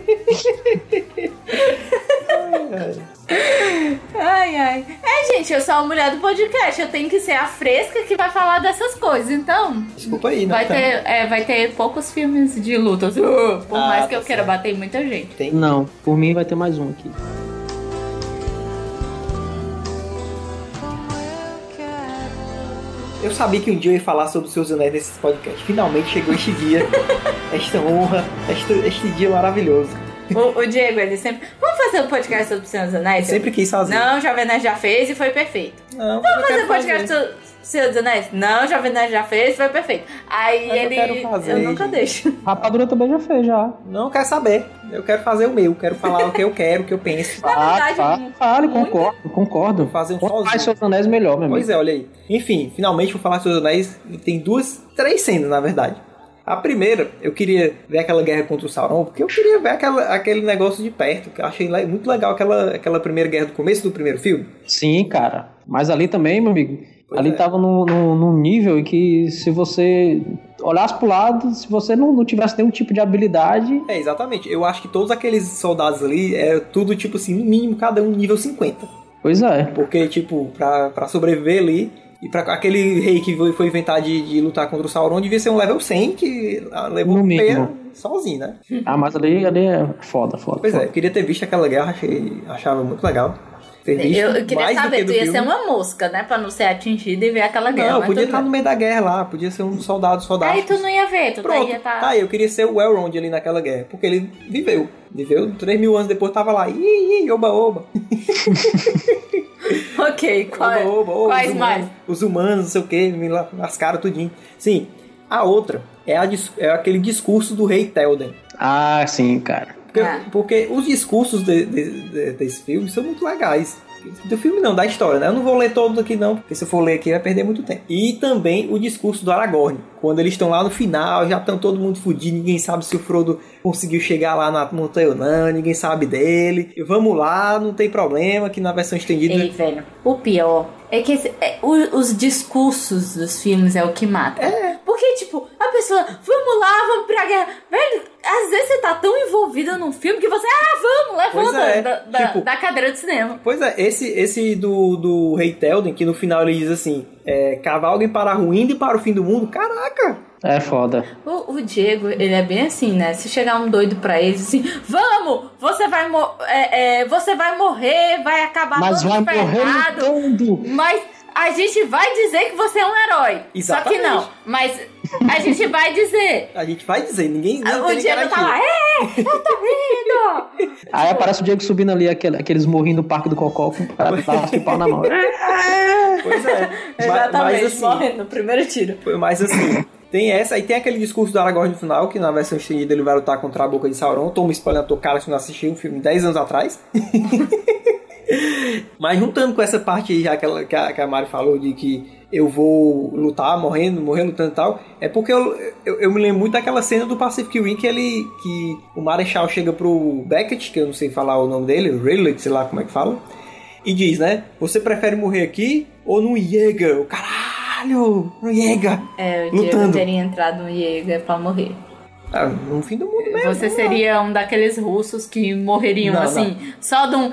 Ai, ai. É, gente, eu sou a mulher do podcast, eu tenho que ser a fresca que vai falar dessas coisas, então. Desculpa aí, né? Vai cara? ter, é, vai ter poucos filmes de luta, assim, uh, por Ah, mais que tá eu queira bater em muita gente. Não, por mim vai ter mais um aqui. Eu sabia que um dia eu ia falar sobre os seus anéis nesse podcast. Finalmente chegou este dia. esta honra, este, este dia maravilhoso. O, o Diego, ele sempre. Vamos fazer um podcast sobre os Senhor dos Anéis? Sempre quis fazer. Não, Jovem Nerd já fez e foi perfeito. Não, Vamos fazer um podcast sobre os Senhor dos Anéis? Não, Jovem Nerd já fez e foi perfeito. Aí Mas eu ele. quero fazer, eu nunca gente. deixo. Rapadura também já fez, já. Não quero saber. Eu quero fazer o meu. Quero falar o que eu quero, o que eu penso. verdade, ah, muito- fale, concordo, concordo. Fazer um Quanto mais sozinho. seus anéis, melhor, meu amigo. Pois é, olha aí. Enfim, finalmente vou falar sobre os anéis. E Tem duas, três cenas, na verdade. A primeira, eu queria ver aquela guerra contra o Sauron, porque eu queria ver aquela- aquele negócio de perto. Que eu achei le- muito legal aquela, aquela primeira guerra do começo do primeiro filme. Sim, cara. Mas ali também, meu amigo, Pois ali é. tava num, num- num nível em que se você olhasse pro lado, se você não, não tivesse nenhum tipo de habilidade, É, exatamente. Eu acho que todos aqueles soldados ali é tudo, tipo assim, no mínimo, cada um nível 50. pois é. Porque, tipo, pra, pra sobreviver ali. E pra aquele rei que foi foi inventar de, de lutar contra o Sauron, devia ser um level 100 que ah, levou No um mínimo. pé sozinho, né? Ah, mas ali, ali é foda, foda. Pois é, foda. eu queria ter visto aquela guerra, achei, achava muito legal. Ter visto Eu, eu queria mais do que saber, do tu ia filme. ser uma mosca, né? Pra não ser atingida e ver aquela guerra. Não, mas podia tudo estar bem. no meio da guerra lá, podia ser um soldado, soldado. Aí tu não ia ver, tu Pronto, ia estar. tá aí, eu queria ser o Elrond ali naquela guerra, porque ele viveu. Viveu 3 mil anos depois, tava lá, ih, ih, oba, oba. Ok, qual é? Oba, oba, oba, Quais os mais? humanos, Os humanos, não sei o que, me la- lascaram tudinho. Sim, a outra é, a dis- é aquele discurso do rei Telden. Ah, sim, cara. Porque, Ah. porque os discursos de- de- de- desse filme são muito legais. Do filme não, da história, né? Eu não vou ler todo aqui não, porque se eu for ler aqui vai perder muito tempo. E também o discurso do Aragorn, quando eles estão lá no final, já estão todo mundo fudido, ninguém sabe se o Frodo conseguiu chegar lá na montanha ou não, ninguém sabe dele. E vamos lá, não tem problema, que na versão estendida... Ei, velho, o pior é que esse- é, o- os discursos dos filmes é o que mata. Porque, tipo, a pessoa, vamos lá, vamos pra guerra. Velho, às vezes você tá tão envolvida num filme que você, ah, vamos, Pois levanta é, da, da- tipo- da cadeira de cinema. Pois é, esse, esse do, do Rei Telden, que no final ele diz assim: é, cavalguem para a ruína e para o fim do mundo. Caraca! É foda. O, o Diego, ele é bem assim, né? Se chegar um doido pra ele, assim, vamos, você vai, mo- é, é, você vai morrer, vai acabar Mas Tá todo vai morrer ferrado." lutando. Mas a gente vai dizer que você é um herói. Exatamente. Só que não. Mas a gente vai dizer. A gente vai dizer, ninguém. Ah, não O tem nem Diego tá garantia. lá, é, eu tô rindo. Aí aparece o Diego subindo ali aquele- aqueles morrinhos do Parque do Cocó com o cara de pedaço de pau na mão. é. Pois é. Ma- mas, assim, no primeiro tiro. mas assim, tem essa. Aí tem aquele discurso do Aragorn no final, que na versão estendida ele vai lutar contra a boca de Sauron. Toma spoiler na tua cara se não assistiu um filme 10 anos atrás. mas juntando com essa parte aí, já que, ela- que a, que a Mari falou de que. Eu vou lutar morrendo, morrendo, lutando e tal. É porque eu, eu, eu me lembro muito daquela cena do Pacific Rim que ele. que o Marechal chega pro Beckett, que eu não sei falar o nome dele, Ridley, sei lá como é que fala. e diz, né? Você prefere morrer aqui ou no Jäger? Caralho! No Jäger! É, o Diego Lutando. teria entrado no Jäger pra morrer. Ah, no fim do mundo mesmo. Você seria um daqueles russos que morreriam Não, assim, só de um.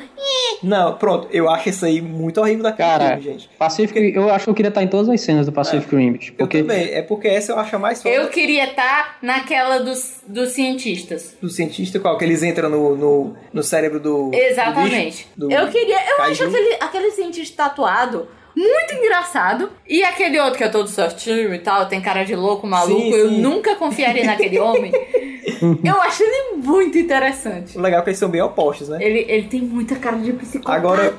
Não, pronto. Eu acho isso aí muito horrível daquele Cara, filme, gente. Pacific, eu acho que eu queria estar em todas as cenas do Pacific Rim, bicho, Eu porque também. É porque essa eu acho a mais foda Eu queria estar naquela dos, dos cientistas. do cientista qual? Que eles entram no, no, no cérebro do. do Exatamente. bicho, do- eu queria. Eu acho Kaiju. aquele, aquele cientista tatuado muito engraçado. E aquele outro que é todo certinho e tal, tem cara de louco, maluco. Sim, Eu sim. nunca confiaria naquele homem. Eu acho ele muito interessante. O legal é que eles são bem opostos, né? Ele, ele tem muita cara de psicopata. Agora,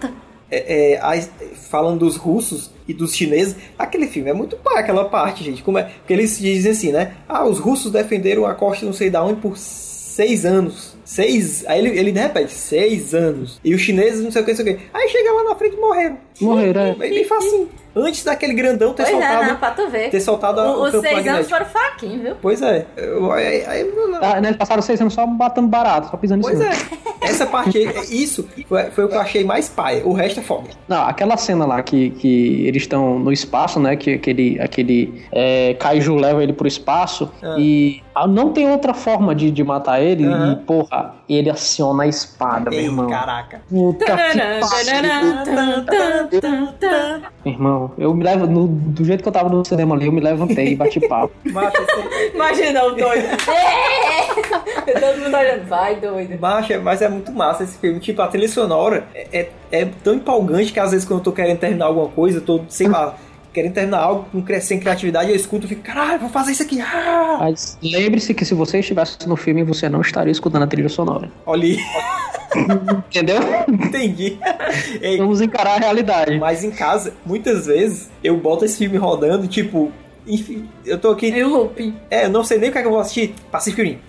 É, é, as- falando dos russos e dos chineses, aquele filme é muito pá, aquela parte, gente. Como é? Porque eles dizem assim, né? Ah, os russos defenderam a costa não sei da onde por seis anos. Seis. Aí ele, ele repete, seis anos. E os chineses não sei o que, não sei o que. Aí chega lá na frente e morreram. morreram. é. Bem, bem facinho. Antes daquele grandão ter pois é, soltado. não, pra tu ver. ter soltado a- O- o, os campo seis anos magnético. foram fraquinhos, viu? Pois é. Eu- aí- aí- não, não. Ah, né, passaram seis anos só batendo barato, só pisando em Pois cima. é. Essa parte aí, isso foi, foi o que eu achei mais paia. O resto é foda. Não, aquela cena lá que, que eles estão no espaço, né? Que aquele, aquele é, Kaiju leva ele pro espaço Ah. e ah, não tem outra forma de, de matar ele. Aham. E, porra, ele aciona a espada, meu Ei, irmão. caraca. Puta que pariu. Meu Irmão, eu me levo, no- do jeito que eu tava no cinema ali, eu me levantei e bati papo. Mata esse- Imagina o doido. É. Todo mundo olhando. Vai, doido. Baixa, mas é muito massa esse filme. Tipo, a trilha sonora é, é, é tão empolgante que às vezes quando eu tô querendo terminar alguma coisa, eu tô, sei lá, querendo terminar algo com cri- sem criatividade, eu escuto e fico, caralho, vou fazer isso aqui. Ah! Mas lembre-se que se você estivesse no filme, você não estaria escutando a trilha sonora. Olha aí, Entendeu? entendi. Ei, Vamos encarar a realidade. mas em casa, muitas vezes, eu boto esse filme rodando, tipo, enfim, eu tô aqui. E o Lupin? É, eu não sei nem o que é que eu vou assistir. Pacific Rim.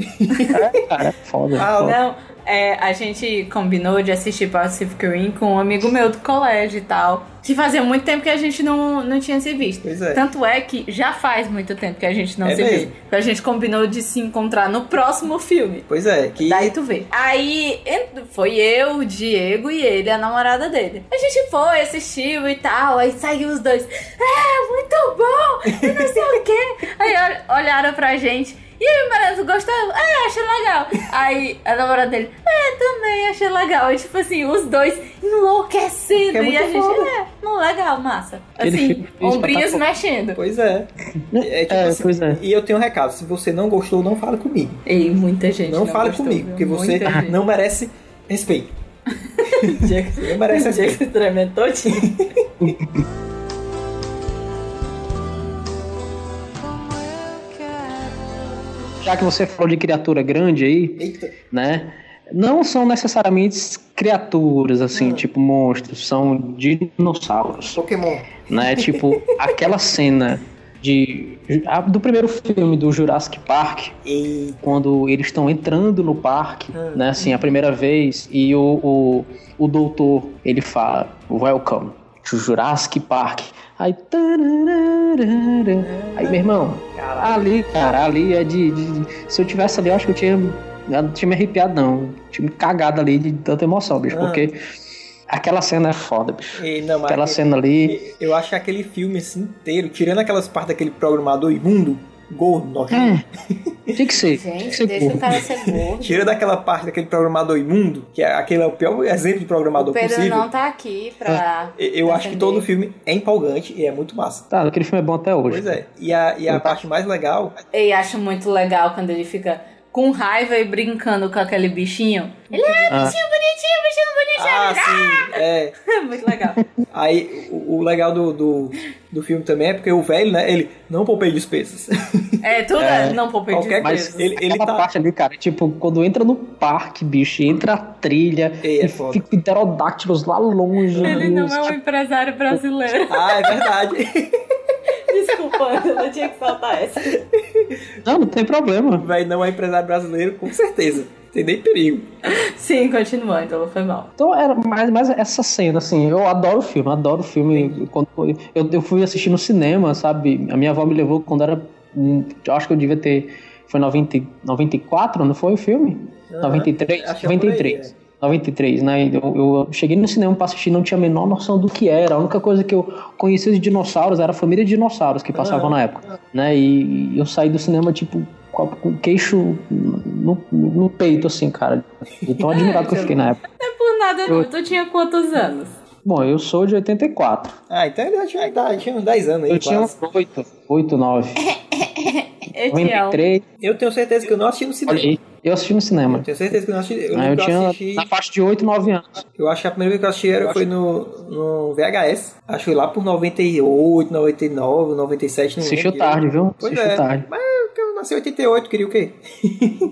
É, cara, é foda. Ah, foda. Não, é, a gente combinou de assistir Pacific Rim com um amigo meu do colégio e tal. Que fazia muito tempo que a gente não, não tinha se visto. Pois é. Tanto é que já faz muito tempo que a gente não É se mesmo. vê. Então a gente combinou de se encontrar no próximo filme. Pois é, que. Daí tu vê. Aí ent- foi eu, o Diego e ele, a namorada dele. A gente foi, assistiu e tal. Aí saiu os dois. É, muito bom! E não sei o quê. Aí ol- olharam pra gente. E aí, Marano, gostou? É, achei legal. Aí a namorada dele, é, também achei legal. E tipo assim, os dois enlouquecendo. Que é e a muito gente, foda. é, não, legal, massa. Ele Assim, fica- ombrinhos espetacular. mexendo. Pois é. É, tipo É, assim, pois é. E eu tenho um recado: se você não gostou, não fale comigo. Ei, muita gente. Não, fale gostou, comigo, viu? porque você Muita gente. não merece respeito. Não merece O Diego respeito. se tremendo todinho. Já que você falou de criatura grande aí, Eita. né? Não são necessariamente criaturas, assim, tipo monstros, são dinossauros, Pokémon. né? Tipo, aquela cena de, a- do primeiro filme do Jurassic Park, Eita. quando eles estão entrando no parque, Hum. né? Assim, a primeira vez, e o, o, o doutor, ele fala, welcome to Jurassic Park. Aí, tararara. aí meu irmão, Caralho. Ali, cara, ali é de, de- de- Se eu tivesse ali, eu acho que eu tinha. eu não tinha me arrepiado, não. Tinha me cagado ali de tanta emoção, bicho. Ah. Porque aquela cena é foda, bicho. Ei, não, mas Aquela aquele- cena ali. Eu acho que aquele filme assim inteiro, tirando aquelas partes daquele programador imundo, gordo, nojento, É. Tem que ser. Tem que Gente, ser deixa o porra. cara ser gordo. Tira daquela parte daquele programador imundo, que é aquele é o pior exemplo de programador o Pedro possível. não tá aqui pra. E- Eu acho que defender. todo filme é empolgante e é muito massa. Tá, aquele filme é bom até hoje. Pois é. E a, e a parte mais legal. E acho muito legal quando ele fica com raiva e brincando com aquele bichinho. Ele é Ah. assim bichinho bonitinho, bichinho Ah, sim. É. bonitinho. muito legal. Aí o, o legal do, do, do filme também é porque o velho, né? Ele não poupei despesas. É, tudo É. não poupei Qualquer Mas coisa. Ele- ele aquela tá- parte ali, cara, tipo, quando entra no parque, bicho, e entra a trilha, Ei, é e foda. fica pterodáctilos lá longe. Ele meu não Deus, é um empresário brasileiro. Ah, é verdade. Desculpa, eu não tinha que soltar essa. um- Não, não tem problema. Vai não é empresário brasileiro, com certeza. Tem nem perigo. Sim, continuando, ela foi mal. Então era mais, mais essa cena, assim, eu adoro o filme, adoro o filme. Quando foi- eu, eu fui assistir no cinema, sabe? A minha avó me levou quando era. hum, Eu acho que eu devia ter. Foi 90, e- 94, não foi o filme? Aham. 93? Acho que é por aí, 93. 93, né? Eu, eu cheguei no cinema pra assistir não tinha a menor noção do que era. A única coisa que eu conhecia de dinossauros era a família de dinossauros que passavam na época, né? E, e eu saí do cinema, tipo, com a- com o queixo no, no peito, assim, cara. De tão admirado que eu fiquei na época. Por nada, não. Tu tinha quantos anos? Bom, eu sou de 84. Ah, então ele já tinha, idade, tinha uns 10 anos aí, Eu tinha quase. uns 8, 8, 9. Eu tinha um. 93, Eu tenho certeza que eu não assisti no cinema. olha aí. Eu assisti no cinema. Tenho certeza que eu não assisti. Eu, Ah, lembro eu que eu tinha assisti. na faixa de 8, 9 anos. Eu acho que a primeira vez que eu assisti era, foi no, no VHS. Acho que foi lá por 98, 99, 97, não Assistiu lembro. tarde, viu? Pois Assistiu é. tarde. Mas eu nasci em 88, queria o quê?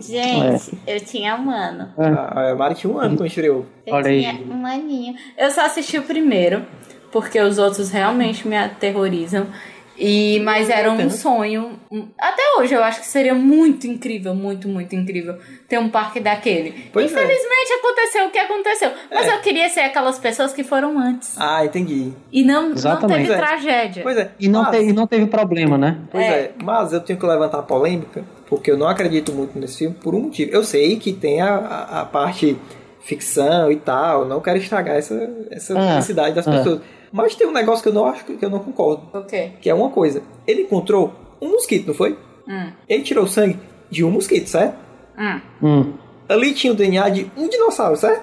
Gente, eu tinha um ano. É. A a Mari tinha um ano quando estreou. Eu Olha aí. tinha um aninho. Eu só assisti o primeiro, porque os outros realmente me aterrorizam. E, mas era um sonho. um- Até hoje eu acho que seria muito incrível, muito, muito incrível ter um parque daquele. Pois é. Infelizmente aconteceu o que aconteceu. Mas É. eu queria ser aquelas pessoas que foram antes. Ah, entendi. E não, não Exatamente. teve É. tragédia. Pois é. E não, mas, te- e não teve problema, né? Pois é. mas eu tenho que levantar a polêmica, porque eu não acredito muito nesse filme por um motivo. Eu sei que tem a, a, a parte ficção e tal, não quero estragar essa, essa Ah, felicidade das ah. pessoas. Mas tem um negócio que eu não acho que eu não concordo. O quê? que é uma coisa. Ele encontrou um mosquito, não foi? Hum. Ele tirou sangue de um mosquito, certo? Hum. Hum, Ali tinha o DNA de um dinossauro, certo?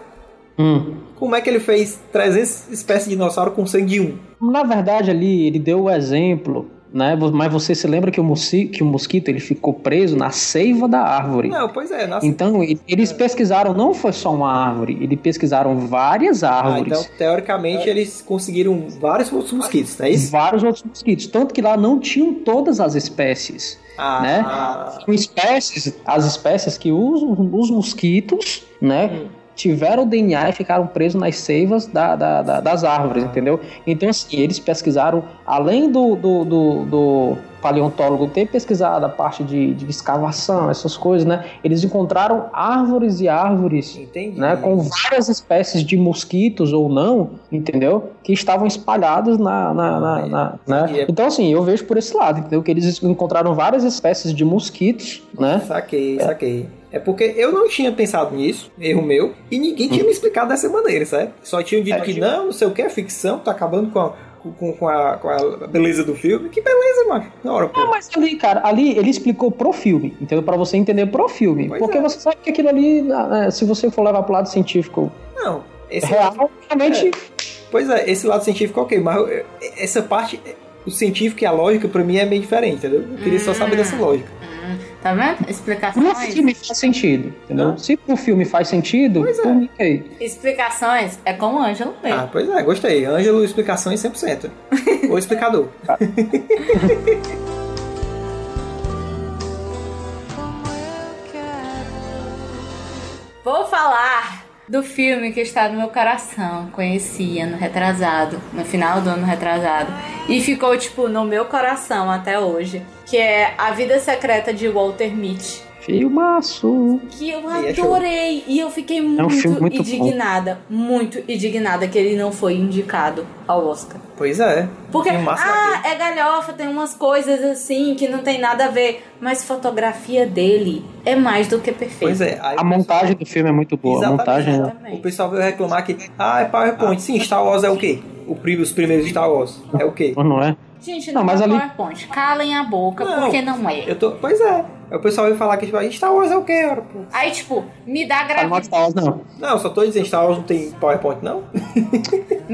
hum. Como é que ele fez 300 espécies de dinossauro com sangue de um? Na verdade, ali ele deu o exemplo, né? Vo- Mas você se lembra que o, mosqui- que o mosquito ele ficou preso na seiva da árvore. Não, pois é, nossa. Então, e- eles pesquisaram, não foi só uma árvore, eles pesquisaram várias Ah, então, árvores. É. teoricamente, eles conseguiram vários outros mosquitos, não é isso? Vários outros mosquitos. Tanto que lá não tinham todas as espécies. Ah, Né? São espécies, as espécies que os, os mosquitos, né? Tiveram o DNA e ficaram presos nas seivas da- da- da- das árvores, entendeu? Então, assim, eles pesquisaram, além do, do, do- do paleontólogo ter pesquisado a parte de, de escavação, essas coisas, né? Eles encontraram árvores e árvores entendi. né, com várias espécies de mosquitos ou não, entendeu? Que estavam espalhados na. na- na- na- né? Entendi. Então, assim, eu vejo por esse lado, entendeu? Que eles encontraram várias espécies de mosquitos, né? Saquei, saquei. É porque eu não tinha pensado nisso, erro meu, e ninguém Hum. tinha me explicado dessa maneira, sabe? Só tinham dito que tipo não, não sei o que, é ficção, tá acabando com a, com, com a, com a beleza do filme. Que beleza, macho. Na hora, pô. Ah, Mas ali, cara, ali ele explicou pro filme, entendeu? Pra você entender pro filme. Pois porque é. você sabe que aquilo ali, né, se você for levar pro lado científico Não, esse lado- real, realmente. pois é, esse lado científico, ok, mas eu- essa parte, o científico e a lógica, pra mim, é meio diferente, entendeu? Eu queria só saber Hum. dessa lógica. Tá vendo? Pro Explicações. filme faz sentido, entendeu? Não. Se pro filme faz sentido, é. por mim, ok. Explicações é com o Ângelo mesmo. Ah, pois é, gostei. Ângelo, explicações 100%. o explicador. Vou falar do filme que está no meu coração. Conheci ano retrasado, no final do ano retrasado. E ficou, tipo, no meu coração até hoje. Que é A Vida Secreta de Walter Mitty. Filmaço. Que eu E é show. adorei. E eu fiquei muito, É um filme muito bom. indignada. Muito indignada que ele não foi indicado ao Oscar. Pois é. Porque, Que massa ah, é galhofa, tem umas coisas assim que não tem nada a ver. Mas fotografia dele é mais do que perfeita. Pois é. aí- A montagem do filme é muito boa. A Exatamente. montagem. O pessoal veio reclamar que, ah, é PowerPoint. Sim, Star Wars é o quê? O prim- os primeiros Star Wars é o quê? Mas não é? Gente, Não, não, mas é ali- PowerPoint. Calem a boca, Não. porque não é. Eu tô, pois é. Aí O pessoal veio falar que tipo, Star Wars é o quê? Ora, pô? Aí, tipo, me dá Fala mal gravidez. de Star Wars, não. Não, eu só tô dizendo Star Wars não tem PowerPoint, não?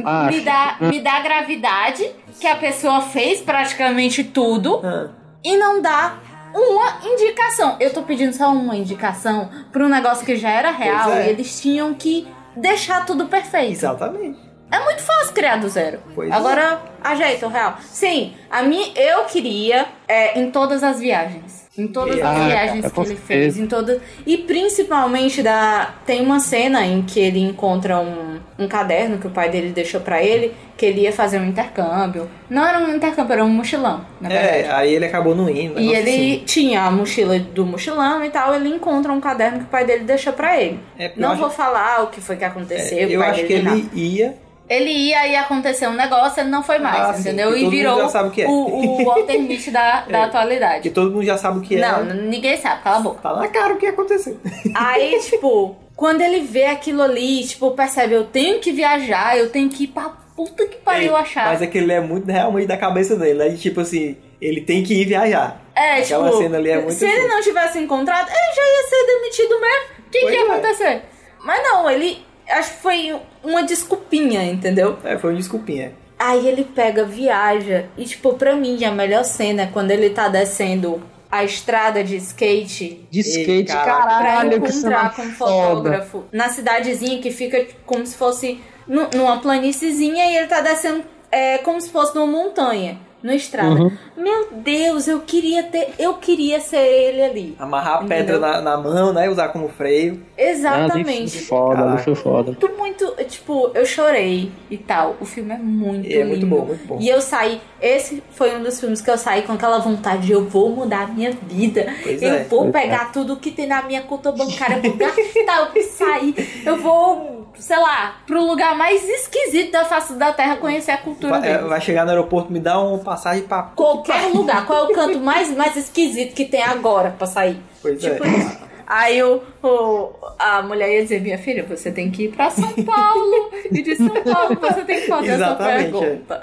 Ah, Me dá, me dá gravidade, que a pessoa fez praticamente tudo, Ah, e não dá uma indicação. Eu tô pedindo só uma indicação pra um negócio que já era real é. e eles tinham que deixar tudo perfeito. exatamente. É muito fácil criar do zero. Pois é. Agora, ajeita o real. Sim, a mim eu queria é, em todas as viagens. Em todas Ah, as cara, viagens que tá. com ele certeza. fez, em todas. E principalmente da. Tem uma cena em que ele encontra um, um caderno que o pai dele deixou pra ele, que ele ia fazer um intercâmbio. Não era um intercâmbio, era um mochilão, na verdade. É, aí ele acabou não indo. E negócio ele assim. tinha a mochila do mochilão e tal, ele encontra um caderno que o pai dele deixou pra ele. É, porque eu Não acho- vou falar o que foi que aconteceu, É, o eu pai acho dele que nem nada. ele ia. Ele ia e aconteceu um negócio, ele não foi mais, Ah, sim, entendeu? que E todo mundo virou já sabe o que é. o, o Walter Mitty da, da É, Que atualidade. todo mundo já sabe o que é. Não, ninguém sabe, cala a boca. Tá na cara o que aconteceu. Aí, tipo, quando ele vê aquilo ali, tipo, percebe, eu tenho que viajar, eu tenho que ir pra puta que pariu achar. Mas aquele é muito realmente da cabeça dele, né? De tipo assim, ele tem que ir viajar. É, Aquela tipo, cena ali é muito se ele assim. não tivesse encontrado, ele já ia ser demitido mesmo. O que, que Pois ia é. acontecer? Mas não, ele. Acho que foi uma desculpinha, entendeu? É, foi uma desculpinha. Aí ele pega, viaja. E, tipo, pra mim, a melhor cena é quando ele tá descendo a estrada de skate De skate, caraca. pra caralho, que cena encontrar com um foda. fotógrafo na cidadezinha que fica tipo, como se fosse nu- numa planíciezinha e ele tá descendo é, como se fosse numa montanha, numa estrada. Uhum. Meu Deus, eu queria ter, eu queria ser ele ali. Amarrar a pedra Entendeu? na, na mão, né? Usar como freio. Ali foi Exatamente. é foda, ali Caraca. foi foda. Muito, muito, tipo, eu chorei e tal. O filme é muito E é muito lindo. bom, muito bom. E eu saí, esse foi um dos filmes que eu saí com aquela vontade, eu vou mudar a minha vida. Pois eu é. vou pegar tudo que tem na minha conta bancária, eu vou gastar, eu vou sair, eu vou, sei lá, pro lugar mais esquisito da face da terra conhecer a cultura Vai, é, deles. vai chegar no aeroporto, me dá uma passagem pra. Qualquer lugar, qual é o canto mais, mais esquisito que tem agora pra sair? Pois Tipo é. isso. Aí o, o- a mulher ia dizer, minha filha, você tem que ir pra São Paulo. e de São Paulo você tem que fazer essa Exatamente, pergunta.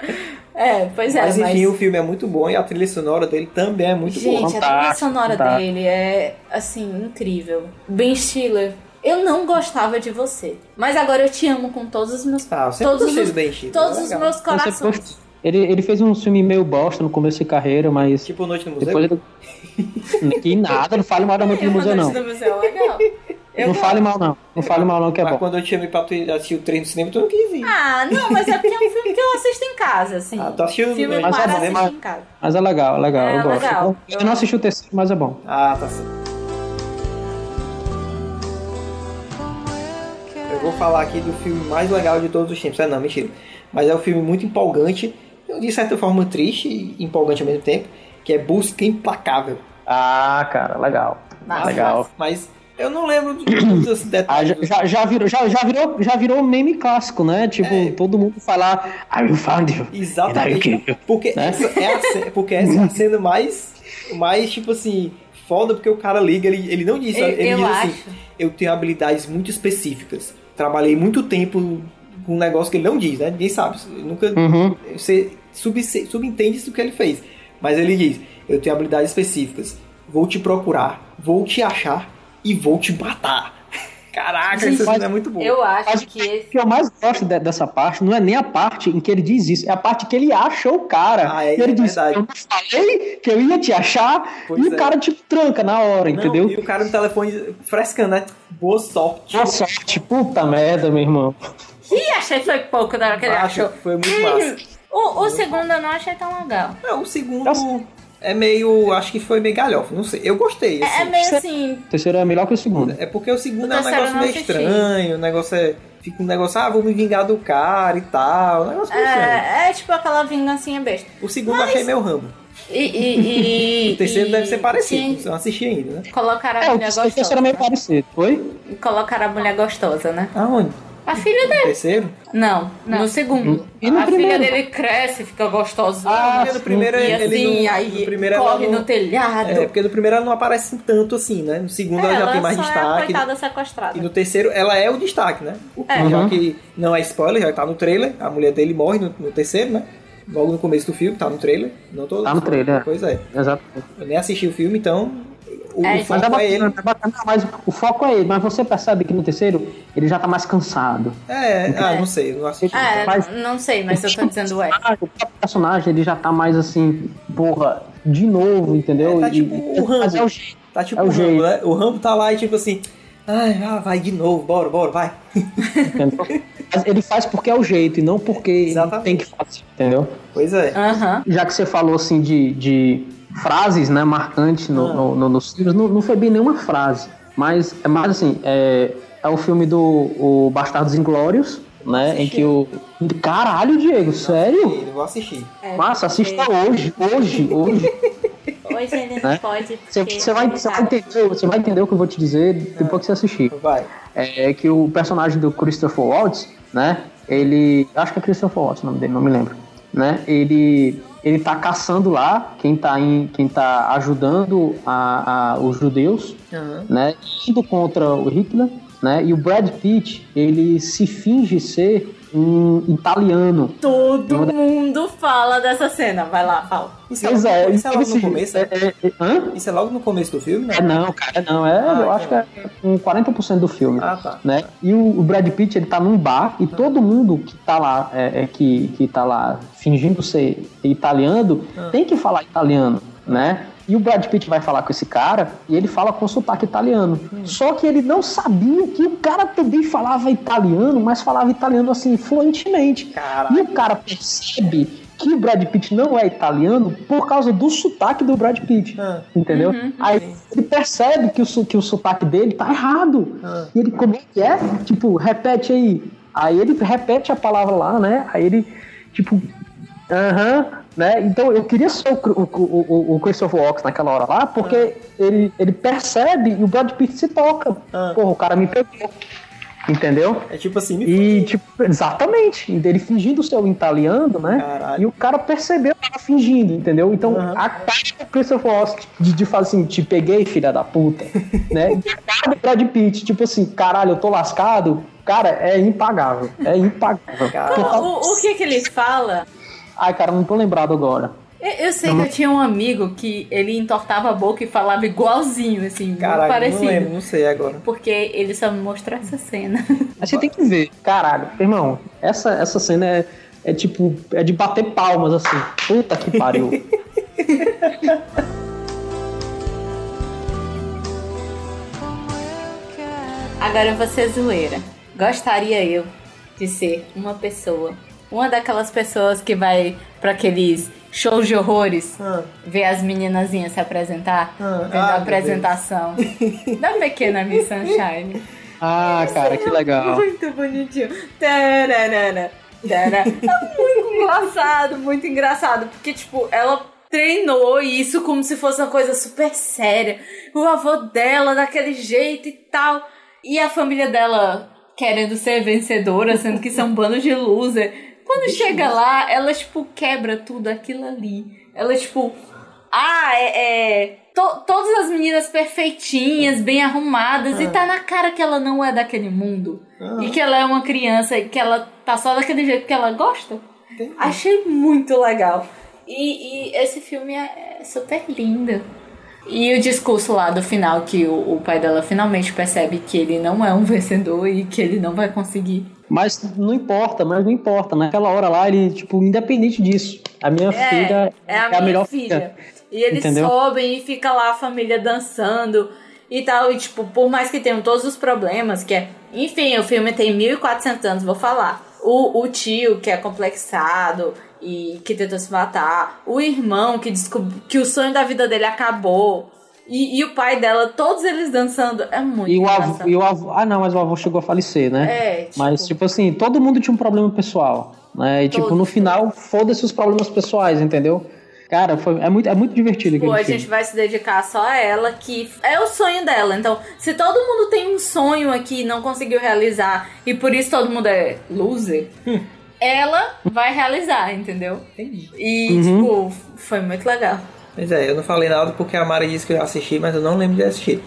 É, pois é, mas mas... enfim, o filme é muito bom e a trilha sonora dele também é muito boa. Gente, a trilha Fantástico, sonora fantástico. dele é, assim, incrível. Ben Stiller, eu não gostava de você. Mas agora eu te amo com todos os meus... Ah, eu sempre todos gostei os, do Ben Stiller, Todos é os legal. meus Eu sempre corações. gostei. Ele, ele fez um filme meio bosta no começo de carreira, mas Tipo Noite no Museu. depois ele... Que nada, não fale mal da Noite do Museu, não. do museu, é legal. Eu Não fale mal, não. Não fale mal, não, que é Mas bom. quando eu te chamei pra tu ir assistir o trem no cinema, tu não quis ir. Ah, não, mas é porque é um filme que eu assisto em casa, assim. Ah, tu assistiu Filme no Mas para é bom, assistir mas- em casa. Mas é legal, é legal, É, eu gosto. legal. Eu não assisti o terceiro, mas é bom. Ah, tá certo. Eu vou falar aqui do filme mais legal de todos os tempos. Ah, não, mentira. Mas é um filme muito empolgante, de certa forma triste e empolgante ao mesmo tempo, que é Busca Implacável. Ah, cara, legal. Massa, legal. Mas eu não lembro de todos os Ah, detalhes. já, já- já virou, já, já virou, já virou meme clássico, né? Tipo, É. todo mundo falar, I will find you. Exatamente. Daí Porque, Né? essa é a cena, porque essa é a cena mais, mais, tipo assim, foda, porque o cara liga, ele, ele não diz, Eu, ele eu diz assim, acho. eu tenho habilidades muito específicas. Trabalhei muito tempo com um negócio que ele não diz, né? Ninguém sabe. Nunca Uhum. você sub- subentende isso que ele fez. Mas ele diz: Eu tenho habilidades específicas. Vou te procurar, vou te achar e vou te matar. Caraca, Gente, isso mas- é muito bom. Eu acho Acho que esse. O que eu mais gosto de- dessa parte não é nem a parte em que ele diz isso, é a parte que ele acha o cara. Ah, é, E ele é diz, verdade. eu não falei que eu ia te achar, Pois e o é. cara tipo tranca na hora, Não, entendeu? E o cara no telefone frescando, né? Boa sorte. Boa sorte, puta merda, meu irmão. Ih, achei que foi pouco da hora que ele Acho achou. que foi muito massa. O, o segundo eu não achei tão legal. Não, o segundo Nossa. é meio. Acho que foi meio galhofa. Não sei. Eu gostei. É, é assim. meio assim. O terceiro é melhor que o segundo. É porque o segundo O é um terceiro eu negócio não meio assisti. estranho, o negócio é. Fica um negócio, ah, vou me vingar do cara e tal. Um negócio meio estranho. É, é tipo aquela vingancinha besta. O segundo eu achei meu ramo. E. e, e O terceiro e- deve ser parecido, sim, eu não assisti ainda, né? Colocaram a É, o mulher terceiro era gostosa. meio parecido. Oi? né? Colocaram a mulher gostosa, né? Aonde? A filha O dele. terceiro? Não, no segundo. E no a primeiro? filha dele cresce, fica gostosa. Ah, Porque no primeiro e ele assim, não, aí no primeiro ela corre não- no telhado. É, porque no primeiro ela não aparece tanto assim, né? No segundo ela, já tem mais só É a destaque. né? coitada sequestrada. E no terceiro ela é o destaque, né? Porque É. Já Uhum. que não é spoiler, já tá no trailer. A mulher dele morre no, no terceiro, né? Logo no começo do filme, tá no trailer. Não tô... Tá no trailer. Pois é. Exato. Eu nem assisti o filme, então. O, É, o mas Mas foco é é bacana, ele. é bacana, mas o foco é ele, mas você percebe que no terceiro ele já tá mais cansado. É, ah, não sei, eu não assisti. É, Mas- não sei, mas eu tô dizendo é. Ah, o próprio personagem ele já tá mais assim, porra, de novo, entendeu? É, tá E- tipo e- o Rambo. mas é o jeito. Tá tipo É o o Rambo, jeito. né? O Rambo tá lá e tipo assim. Ai, ah, vai de novo, bora, bora, vai. entendeu? Mas ele faz porque é o jeito e não porque ele Exatamente. tem que fazer, entendeu? Pois é. Aham. Já que você falou assim de, de frases, né, marcantes no, Ah. no- no- nos filmes, não, não foi bem nenhuma frase, mas é mais assim, é, é o filme do o Bastardos Inglórios, né, em que o... Caralho, Diego, sério? Eu vou assistir. É, Massa, assista hoje, hoje, hoje. Hoje ele né? pode. Você, você vai, você, vai entender, você vai entender o que eu vou te dizer depois que você assistir. Vai. É que o personagem do Christopher Waltz, né? Ele. Acho que é Christopher Waltz o nome dele, não me lembro. Né? Ele. Ele tá caçando lá quem tá, em, quem tá ajudando a, a- os judeus, né? Indo contra o Hitler. né? E o Brad Pitt, ele se finge ser um italiano. Todo mundo fala dessa cena. Vai lá, fala. Isso é, Pois é, isso é ele logo se- no começo? é, é, é- hã? Isso é logo no começo do filme, né? É não, cara, é não. É, Ah, eu acho que é um 40% do filme. Ah, tá. né? E o, o Brad Pitt, ele tá num bar e todo mundo que tá lá, é, é, que, que tá lá fingindo ser italiano, tem que falar italiano, né? E o Brad Pitt vai falar com esse cara e ele fala com sotaque italiano. Só que ele não sabia que o cara também falava italiano, mas falava italiano assim, fluentemente. Caralho. E o cara percebe que o Brad Pitt não é italiano por causa do sotaque do Brad Pitt. Ah. Entendeu? Aí ele percebe que o, so- que o sotaque dele tá errado. Ah. E ele, como é que é? Tipo, repete aí. Aí ele repete a palavra lá, né? Aí ele, tipo, aham, né? Então eu queria ser o, Cru- o, o, o- o Christopher Walken naquela hora lá, porque ele, ele percebe e o Brad Pitt se toca. Ah. Porra, o cara me pegou. Entendeu? É tipo assim, me E, tipo, exatamente. Ele fingindo ser o italiano, né? Caralho. E o cara percebeu que tava fingindo, entendeu? Então, a cara do Christopher Walken de, de falar assim, te peguei, filha da puta, né? E a cara do Brad Pitt, tipo assim, caralho, eu tô lascado. Cara, é impagável. É impagável. Por causa- O, o que que ele fala? Ai, cara, não tô lembrado agora. Eu, eu sei que eu tinha um amigo que ele entortava a boca e falava igualzinho, assim, muito Caralho, parecido. não lembro, não sei agora. Porque ele só me mostrou essa cena. Mas você tem que ver. Caralho, irmão, essa, essa cena é, é tipo, é de bater palmas, assim. Puta que pariu. Agora você é zoeira. Gostaria eu de ser uma pessoa. Uma daquelas pessoas que vai pra aqueles shows de horrores Ah. ver as meninazinhas se apresentar, Ah, vendo ah, a meu apresentação da pequena Miss Sunshine. Ah, cara, que legal. Muito bonitinho. Tararara, tará. É muito engraçado, muito engraçado. Porque, tipo, ela treinou isso como se fosse uma coisa super séria. O avô dela daquele jeito e tal. E a família dela querendo ser vencedora, sendo que são bandos de loser. Quando chega lá, ela, tipo, quebra tudo aquilo ali. Ela, tipo, ah, é. é, to- todas as meninas perfeitinhas, bem arrumadas, e tá na cara que ela não é daquele mundo. E que ela é uma criança e que ela tá só daquele jeito que ela gosta. Achei muito legal. E, e esse filme é é super lindo. E o discurso lá do final, que o, o pai dela finalmente percebe que ele não é um vencedor e que ele não vai conseguir. Mas não importa, mas não importa. Naquela hora lá, ele, tipo, independente disso, a minha filha é a, minha melhor filha. E eles Entendeu? sobem e fica lá a família dançando e tal. E, tipo, por mais que tenham todos os problemas, que é. Enfim, o filme tem 1400 anos, vou falar. O, o tio que é complexado e que tentou se matar. O irmão que descobriu que o sonho da vida dele acabou. E, e o pai dela, todos eles dançando. É muito E o, avô, engraçado. e o avô. Ah, não, mas o avô chegou a falecer, né? É, tipo, Mas, tipo assim, todo mundo tinha um problema pessoal. Né? E, tipo, Todos. no final, foda-se os problemas pessoais, entendeu? Cara, foi, é, muito, é muito divertido Pô, a aquele gente filme. vai se dedicar só a ela, que é o sonho dela. Então, se todo mundo tem um sonho aqui e não conseguiu realizar, e por isso todo mundo é loser, ela vai realizar, entendeu? Entendi. E, tipo, foi muito legal. Pois é, eu não falei nada porque a Mari disse que eu já assisti, mas eu não lembro de assistir.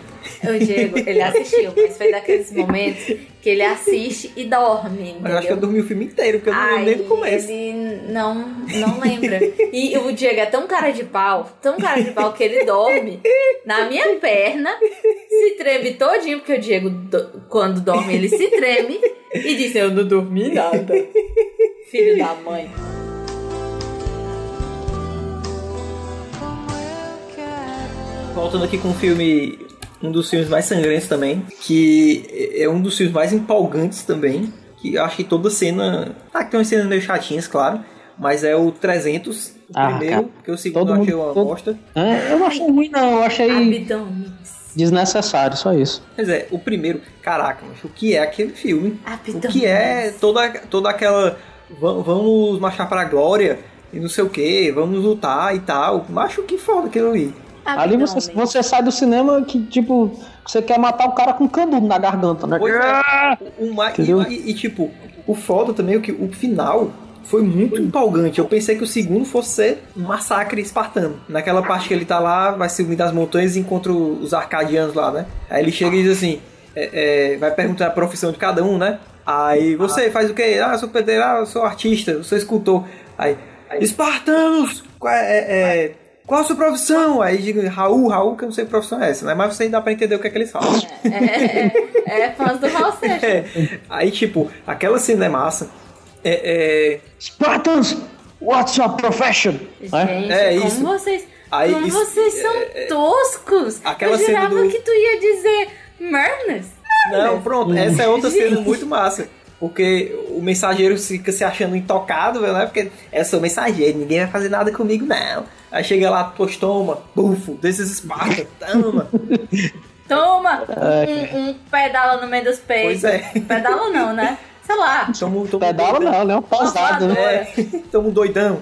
O Diego, ele assistiu, mas foi daqueles momentos que ele assiste e dorme, entendeu? Mas eu acho que eu dormi o filme inteiro, porque eu não lembro nem do começo. Ele não, não lembra. E o Diego é tão cara de pau, tão cara de pau que ele dorme na minha perna, se treme todinho, porque o Diego, do- quando dorme, ele se treme e diz: Eu não dormi nada. Filho da mãe. Voltando aqui com um filme, um dos filmes mais sangrentos também, que é um dos filmes mais empolgantes também, que eu acho que toda cena, tá, que tem umas cenas meio chatinhas, claro, mas é o 300, o Ah, primeiro, porque o segundo Todo eu achei mundo- uma todo- bosta. É, eu não achei ruim, não. Eu achei Abdômenes. desnecessário, só isso. Mas é, o primeiro, caraca, mas o que é aquele filme? O Abdômenes. que é toda, toda aquela, va- vamos marchar pra glória, e não sei o que, vamos lutar e tal, macho, que foda aquilo ali. Ali você, Abdômenes. você sai do cinema que, tipo, você quer matar o cara com canudo na garganta, né? Pois é. O mais, Entendeu? e, e, tipo, o foda também é que o final foi muito empolgante. Eu pensei que o segundo fosse ser um massacre espartano. Naquela parte que ele tá lá, vai se unir das montanhas e encontra os arcadianos lá, né? Aí ele chega e diz assim: é, é, vai perguntar a profissão de cada um, né? Aí você faz o quê? Ah, eu sou pedreiro, ah, eu sou artista, eu sou escultor. Aí, espartanos! Qual é, é- é- qual a sua profissão? Aí diga, Raul, Raul, que eu não sei que profissão é essa, né? Mas você dá pra entender o que é que eles falam. É, é, é fãs do Hall Seixas. É. Aí, tipo, aquela cena é massa. É, é, Spartans, what's your profession? É? Gente, É como isso. vocês. Aí como isso- é, vocês são toscos! Aquela Eu cena jurava do- que tu ia dizer Mernas. Não, pronto, essa é outra cena muito massa. Porque o mensageiro fica se achando intocável, né? Porque é sou mensageiro, ninguém vai fazer nada comigo, não. Aí chega lá, pois toma, bufo, desses Esparta, toma. Toma um, um pedala no meio dos peitos. pois é. Pedala não, né? Sei lá. Toma, um- toma um Pedala doidão. não, né? Uma pausada, né? É, toma um doidão.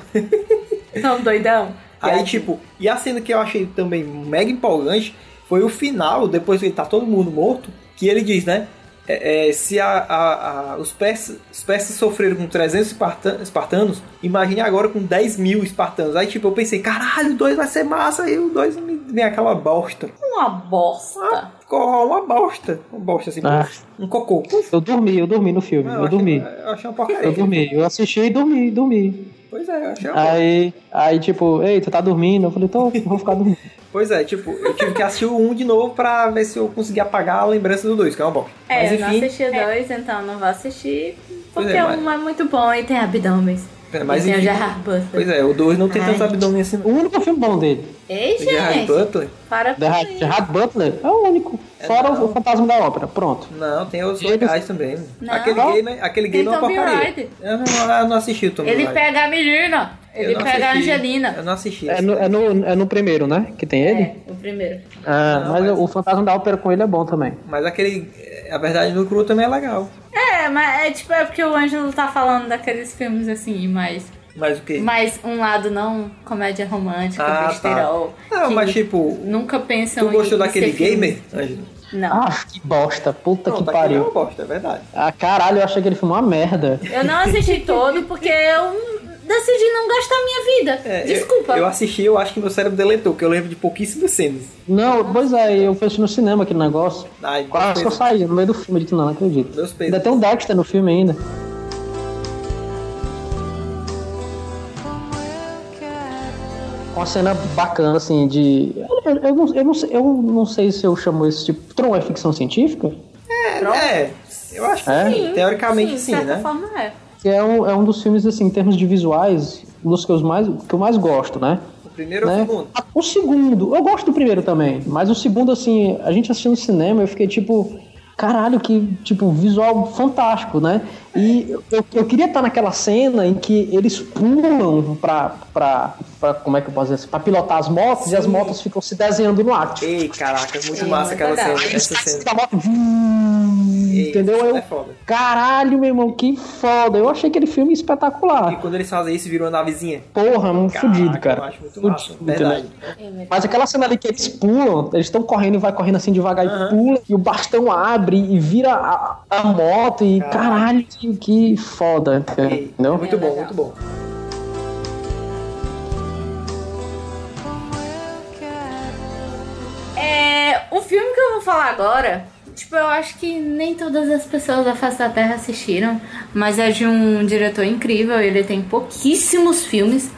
Tão é um doidão. Aí, tipo, e a cena que eu achei também mega empolgante foi o final, depois que tá todo mundo morto, que ele diz, né? é, é, se a, a- a- os, persas, os persas sofreram com 300 esparta- espartanos, imagine agora com 10 mil espartanos. Aí, tipo, eu pensei, caralho, o 2 vai ser massa, aí o 2 vem aquela bosta. Uma Ah, bosta. Ficou uma bosta, uma bosta assim, Ah. é. um cocô. Eu dormi, eu dormi no filme, eu achei- dormi. Eu achei uma porcaria. Eu Ah, dormi, eu assisti e dormi, dormi. Pois é, eu achei uma Aí, aí tipo, ei, tu tá dormindo? Eu falei, tô, vou ficar dormindo. Pois é, tipo, eu tive que assistir o 1 de novo pra ver se eu consegui apagar a lembrança do 2, que é uma bosta. É, mas eu não enfim, assisti o dois, então não vou assistir. Pois Porque é, o mas- um é muito bom e tem abdômenes. é, mas e tem o enfim. Gerard Pois Butler. é, o 2 não tem Ai. tanto abdômen assim, não. O único filme bom dele, Ei, O Gerard gente, Butler? para com The isso. Gerard Butler, é o único. Fora não. o Fantasma da Ópera, pronto. Não, tem outros Ele- legais também. Não. Aquele gay, né? Aquele gay Tem não é uma Tommy porcaria. Lloyd. Eu não, eu não assisti o Tommy Ele Lloyd. pega a menina. Ele Eu não pega a assisti. Angelina. Eu não assisti. É esse no, daí. é, no, é no primeiro, né? Que tem ele? É, o primeiro. Ah, Não, mas, mas- o Fantasma da Ópera com ele é bom também. Mas aquele. A verdade no cru também é legal. É, mas é tipo, é porque o Ângelo tá falando daqueles filmes assim, mais, Mas o quê? mais um lado não comédia romântica, Ah, tá. besterol. Não, que mas tipo. Nunca pensam Tu gostou em- em daquele ser filme. gamer, Ângelo? Não. Ah, que bosta, puta tá Pronto, que aquele é pariu. uma bosta, é verdade. Ah, caralho, eu achei que ele filme uma merda. Eu não assisti todo porque eu decidi não gastar minha vida. É, eu- Desculpa. Eu assisti, eu acho que meu cérebro deletou, que eu lembro de pouquíssimas cenas. Não, pois é, eu fui assistir no cinema aquele negócio. Ai, Quase que eu saí no meio do filme, eu disse, não, não acredito. Meus pesos. Ainda tem um Dexter no filme ainda. Uma cena bacana, assim, de. Eu, eu não, eu, não, sei- eu não sei se eu chamo isso tipo. Tron é ficção científica? É, eu acho que É? sim. Teoricamente de sim, certa né? forma é. Que é um, é um dos filmes, assim, em termos de visuais, um dos que eu mais, que eu mais gosto, né? O primeiro ou né? o segundo? Ah, O segundo, eu gosto do primeiro também, mas o segundo, assim, a gente assistiu no cinema, eu fiquei tipo, caralho, que tipo, visual fantástico, né? E eu, eu queria estar naquela cena em que eles pulam pra, pra, pra como é que eu posso dizer assim, pra pilotar as motos e as motos ficam se desenhando no ar. Tipo, Ei, caraca, é muito É, massa aquela legal. cena. Essa cena. da moto, vum, Ei, entendeu? isso Eu, É foda. caralho, meu irmão, que foda. Eu achei aquele filme E espetacular. quando eles fazem isso, virou uma navezinha. Porra, um Caraca, fudido, Eu cara. acho muito Fudido, massa, É, verdade. entendeu? Mas aquela cena ali que eles pulam, eles estão correndo e vai correndo assim devagar e pula, e o bastão abre e vira a, a moto, e caralho, que, que foda, Ei, entendeu? É Muito bom, legal. muito bom. É, o filme que eu vou falar agora, tipo, eu acho que nem todas as pessoas da face da Terra assistiram, mas é de um diretor incrível, ele tem pouquíssimos filmes,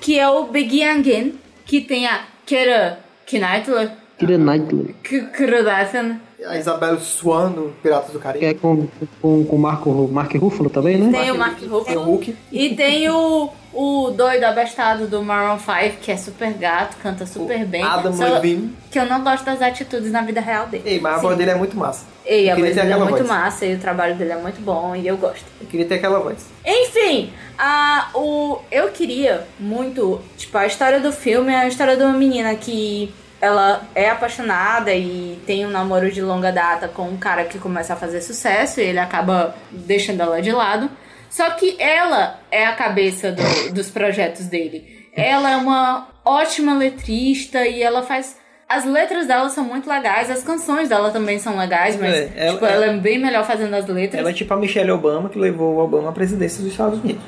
que é o Big Again, que tem a Kera Knightley, Tira Knightley, Krudathan, A Isabela Swan no Piratas do que Caribe. é com o com, com o Marco, Mark Ruffalo também, né? tem o Mark Tem o Ruffalo, Hulk. e tem o, o doido abestado do Maroon 5, que é super gato, canta super bem. Adam só Levine. que eu não gosto das atitudes na vida real dele. Ei, mas a Sim. voz dele é muito massa. Ei, Eu a queria voz dele ter é aquela muito voz. massa e o trabalho dele é muito bom e eu gosto. Eu queria ter aquela voz. Enfim, a, o, eu queria muito. Tipo, a história do filme é a história de uma menina que ela é apaixonada e tem um namoro de longa data com um cara que começa a fazer sucesso e ele acaba deixando ela de lado. Só que ela é a cabeça do- dos projetos dele. Ela é uma ótima letrista e ela faz. As letras dela são muito legais, as canções dela também são legais, mas É, ela- tipo, ela é bem melhor fazendo as letras. Ela é tipo a Michelle Obama que levou o Obama à presidência dos Estados Unidos.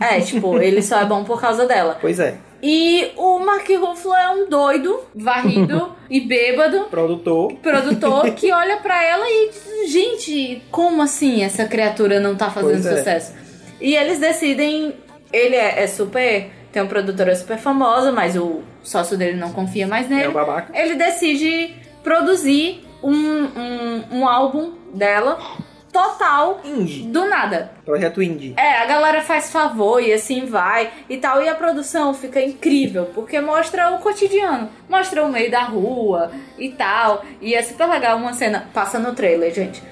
É, tipo, ele só é bom por causa dela. Pois é. E o Mark Ruffalo é um doido, varrido e bêbado, Produtor. produtor, que olha pra ela e diz, gente, como assim essa criatura não tá fazendo Pois é. sucesso? E eles decidem, ele é, é super, tem uma produtora super famosa, mas o sócio dele não confia mais nele É o babaca. ele decide produzir um, um, um álbum dela total Indie. do nada. Projeto Indie. É, a galera faz favor e assim vai e tal. E a produção fica incrível, porque mostra o cotidiano, mostra o meio da rua e tal. E é super legal uma cena, passa no trailer, gente.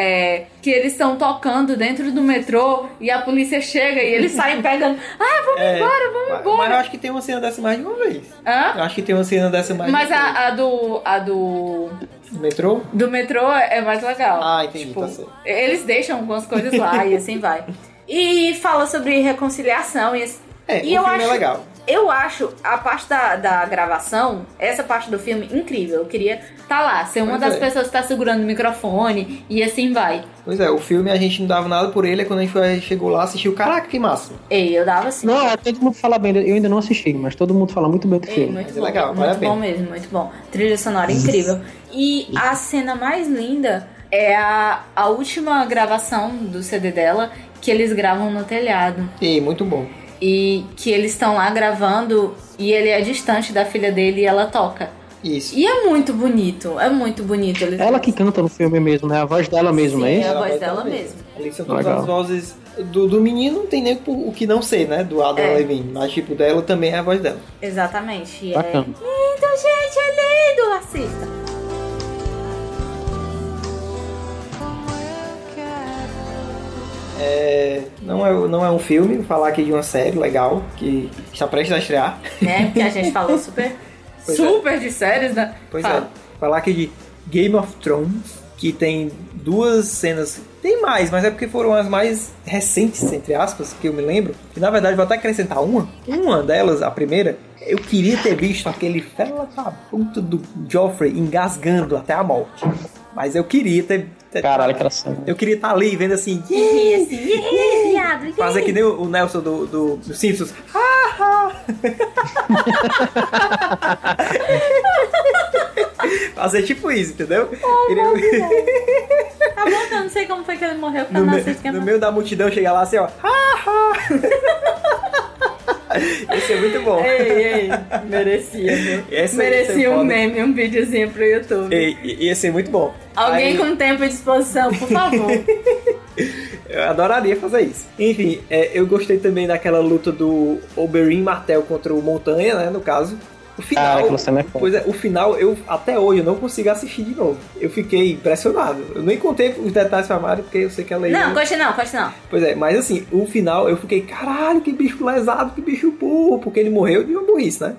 É, que eles estão tocando dentro do metrô e a polícia chega e eles saem pegando. Ah, vamos É, embora, vamos Mas, embora. mas eu acho que tem uma cena dessa mais de uma vez. Hã? Eu acho que tem uma cena dessa mais Mas de uma a, a do. A do. vez. Metrô? Do metrô é mais legal. Tipo, Ah, entendi, tá certo. Eles deixam algumas coisas lá e assim vai. E fala sobre reconciliação e esse- É, E o eu filme é acho- legal. eu acho a parte da, da gravação, essa parte do filme, incrível. Eu queria tá lá, ser uma Pois das é. pessoas que tá segurando o microfone e assim vai. Pois é, o filme a gente não dava nada por ele, é quando a gente foi- chegou lá assistiu. Caraca, que massa. Ei, eu dava assim. Não, é, todo mundo fala bem, eu ainda não assisti, mas todo mundo fala muito bem do Ei, filme. muito é bom, legal, vale muito a bom pena. mesmo, muito bom. Trilha sonora incrível. E a cena mais linda é a, a última gravação do CD dela, que eles gravam no telhado. E muito bom. e que eles estão lá gravando e ele é distante da filha dele e ela toca. Isso. E é muito bonito, é muito bonito. Eles Ela que canta no filme mesmo, né? A voz dela mesmo, Sim, é é isso? a voz Ela dela também. mesmo. Ali são todas Legal. as vozes do, do menino, não tem nem o que não ser, né? Do Adam É. Levine. Mas, tipo, dela também é a voz dela. Exatamente. e É... Bacana. Lindo, gente, é lindo! Assista. É, não, é, não é um filme, vou falar aqui de uma série legal que está prestes a estrear. Né? Porque a gente falou super, Pois é. super de séries, né? Pois é, Fala. falar aqui de Game of Thrones, que tem duas cenas. Tem mais, mas é porque foram as mais recentes, entre aspas, que eu me lembro. E na verdade, vou até acrescentar uma. Uma delas, a primeira, eu queria ter visto aquele fela da puta do Joffrey engasgando até a morte. Mas eu queria ter. ter- Caralho, aquela cena. Eu queria estar ali vendo assim. E assim, e aí, viado, e aí? Fazer que nem o o Nelson do, do, do Simpsons. Fazer tipo isso, entendeu? Ele- Tá bom, eu não sei como foi que ele morreu, porque eu no, não me- assisto no Game of meio da multidão chegar lá assim, ó. Esse é muito bom. Ei, ei, merecia, viu? Esse- esse é merecia um foda. meme, um videozinho pro YouTube. E, e, ia ser muito bom. Alguém Aí- com tempo e disposição, por favor. Eu adoraria fazer isso. Enfim, é, eu gostei também daquela luta do Oberyn Martel contra o Montanha, né? No caso. O final. Cara, aquela cena é foda. pois é, o final, eu até hoje eu não consigo assistir de novo. Eu fiquei impressionado. Eu nem contei os detalhes pra Mari, porque eu sei que ela ia. Não, coxa não, coxa não. Pois é, mas assim, o final eu fiquei, caralho, que bicho lesado, que bicho burro, porque ele morreu de uma burrice, né?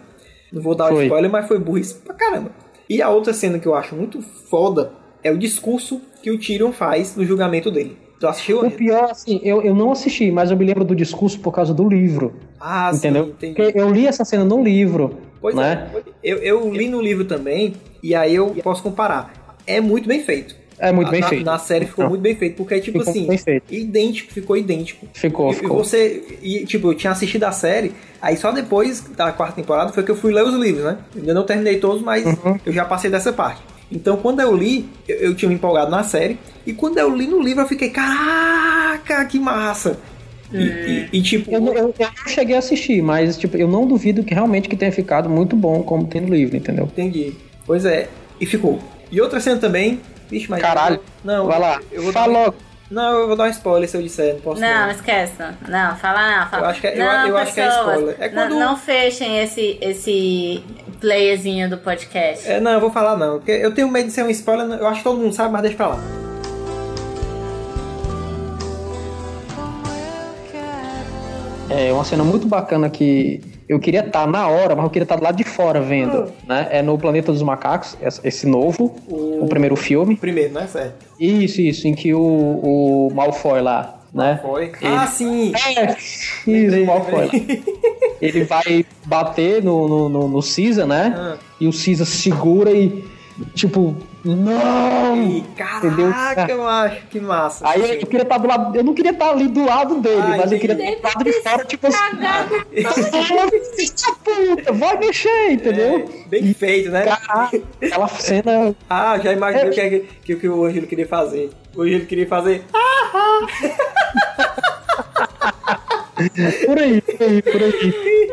Não vou dar o Foi. spoiler, mas foi burrice pra caramba. E a outra cena que eu acho muito foda é o discurso que o Tyrion faz no julgamento dele. Tu assistiu? O Anil? pior, assim, eu, eu não assisti, mas eu me lembro do discurso por causa do livro, Ah, entendeu? sim, entendi. Porque eu li essa cena no livro, Pois né? é. Eu, eu li no livro também, e aí eu posso comparar. É muito bem feito. É, muito bem Ah, na, feito. Na série ficou Não. muito bem feito, porque é tipo Ficou assim, bem feito. idêntico, ficou idêntico. Ficou, e, e ficou. você, e, tipo, eu tinha assistido a série, aí só depois da quarta temporada foi que eu fui ler os livros, né? Eu Ainda não terminei todos, mas Uhum. eu já passei dessa parte. Então, quando eu li, eu, eu tinha me empolgado na série, e quando eu li no livro, eu fiquei, caraca, que massa! E, e- e, tipo, Eu, não- eu, eu não cheguei a assistir, mas tipo, eu não duvido que realmente que tenha ficado muito bom como tem no livro, entendeu? Entendi. Pois é, e ficou. E outra cena também. Vixe, mas. Caralho. Não, Vai lá, eu vou fala dar... um, logo. Não, eu vou dar um spoiler se eu disser, não posso. Não, é esquece. Não, Não, fala não. Fala. Eu acho que é- eu- não, eu acho que é pessoas, spoiler. É não- quando- não, fechem esse, esse playerzinho do podcast. É, não, eu vou falar não. Porque eu tenho medo de ser um spoiler, eu acho que todo mundo sabe, mas deixa pra lá. É uma cena muito bacana que eu queria estar na hora, mas eu queria estar do lado de fora vendo, né? É no Planeta dos Macacos, essa- esse novo, Ah. O- o primeiro filme. Primeiro, né? Certo. Isso, isso, em que o, o Malfoy lá, né? Foi. Ah, sim! É, isso, o Malfoy. Ele vai bater no, no, no, no Caesar, né? Ah. E o Caesar segura e. Tipo, não! Ih, Entendeu? Caraca, macho, que massa. Aí eu queria estar do lado. Eu não queria estar ali do lado dele, Ah, mas eu queria entendi. estar do lado de fora, tipo assim. Cagado. "Filha da puta, vai mexer, É, entendeu? bem feito, né? Caralho, aquela cena. Ah, já imaginei o que, é que, que o Angelo queria fazer. O Angelo queria fazer. Ah, Por aí, por aí, por aí.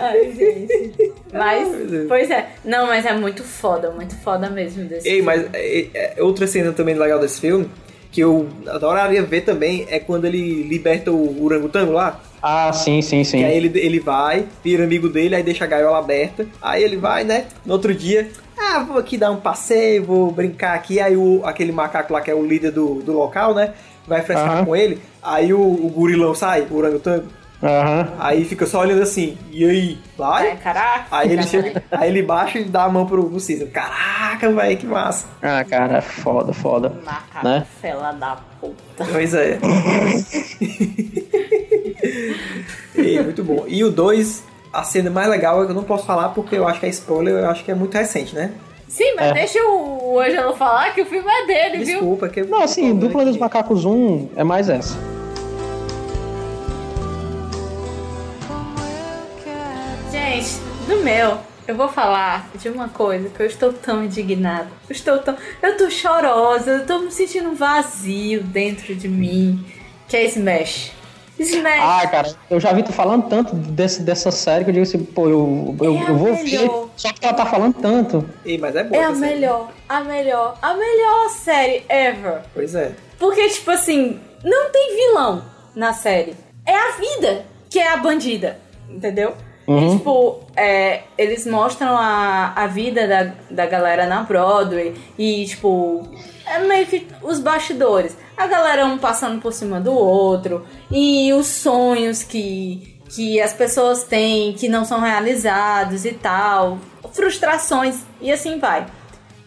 Ai, gente. Mas, meu Deus. pois é. Não, mas é muito foda, muito foda mesmo desse. Ei, mas é, é, outra cena também legal desse filme, que eu adoraria ver também, é quando ele liberta o orangotango lá. Ah, sim, sim, sim. E aí ele, ele vai, vira amigo dele, aí deixa a gaiola aberta. Aí ele vai, né? No outro dia, ah, vou aqui dar um passeio, vou brincar aqui. Aí o, aquele macaco lá que é o líder do, do local, né? Vai frescar Aham. com ele. Aí o, o gorilão sai, o orangotango. Aham. Aí fica só olhando assim, e aí? Vai? Ai, caraca. Aí ele Caraca. chega, aí ele baixa e dá a mão pro, pro Cícero. Caraca, velho, que massa. Ah, cara, foda, foda. Macaco, Né? fela da puta. Pois é. e, muito bom. E o 2, a cena mais legal é que eu não posso falar porque eu acho que é spoiler, eu acho que é muito recente, né? Sim, mas É. deixa o o Ângelo falar que o filme é dele, viu? Desculpa, é que Não, assim, dupla dos macacos. macacos 1 é mais essa. Gente, do meu, eu vou falar de uma coisa que eu estou tão indignada. Eu estou tão. Eu tô chorosa, eu tô me sentindo um vazio dentro de mim. Que é Smash. É. Smash! Ah, cara, eu já vi tu falando tanto desse, dessa série que eu digo assim, pô, eu, eu, É eu a vou ver. melhor. Só que ela tá falando tanto. Ei, mas é boa. é a essa cena. melhor, a melhor, a melhor série ever. Pois é. Porque, tipo assim, não tem vilão na série. É a vida que é a bandida, entendeu? Uhum. E, tipo, é, eles mostram a, a vida da, da galera na Broadway e, tipo, é meio que os bastidores. A galera um passando por cima do outro e os sonhos que, que as pessoas têm que não são realizados e tal. Frustrações e assim vai.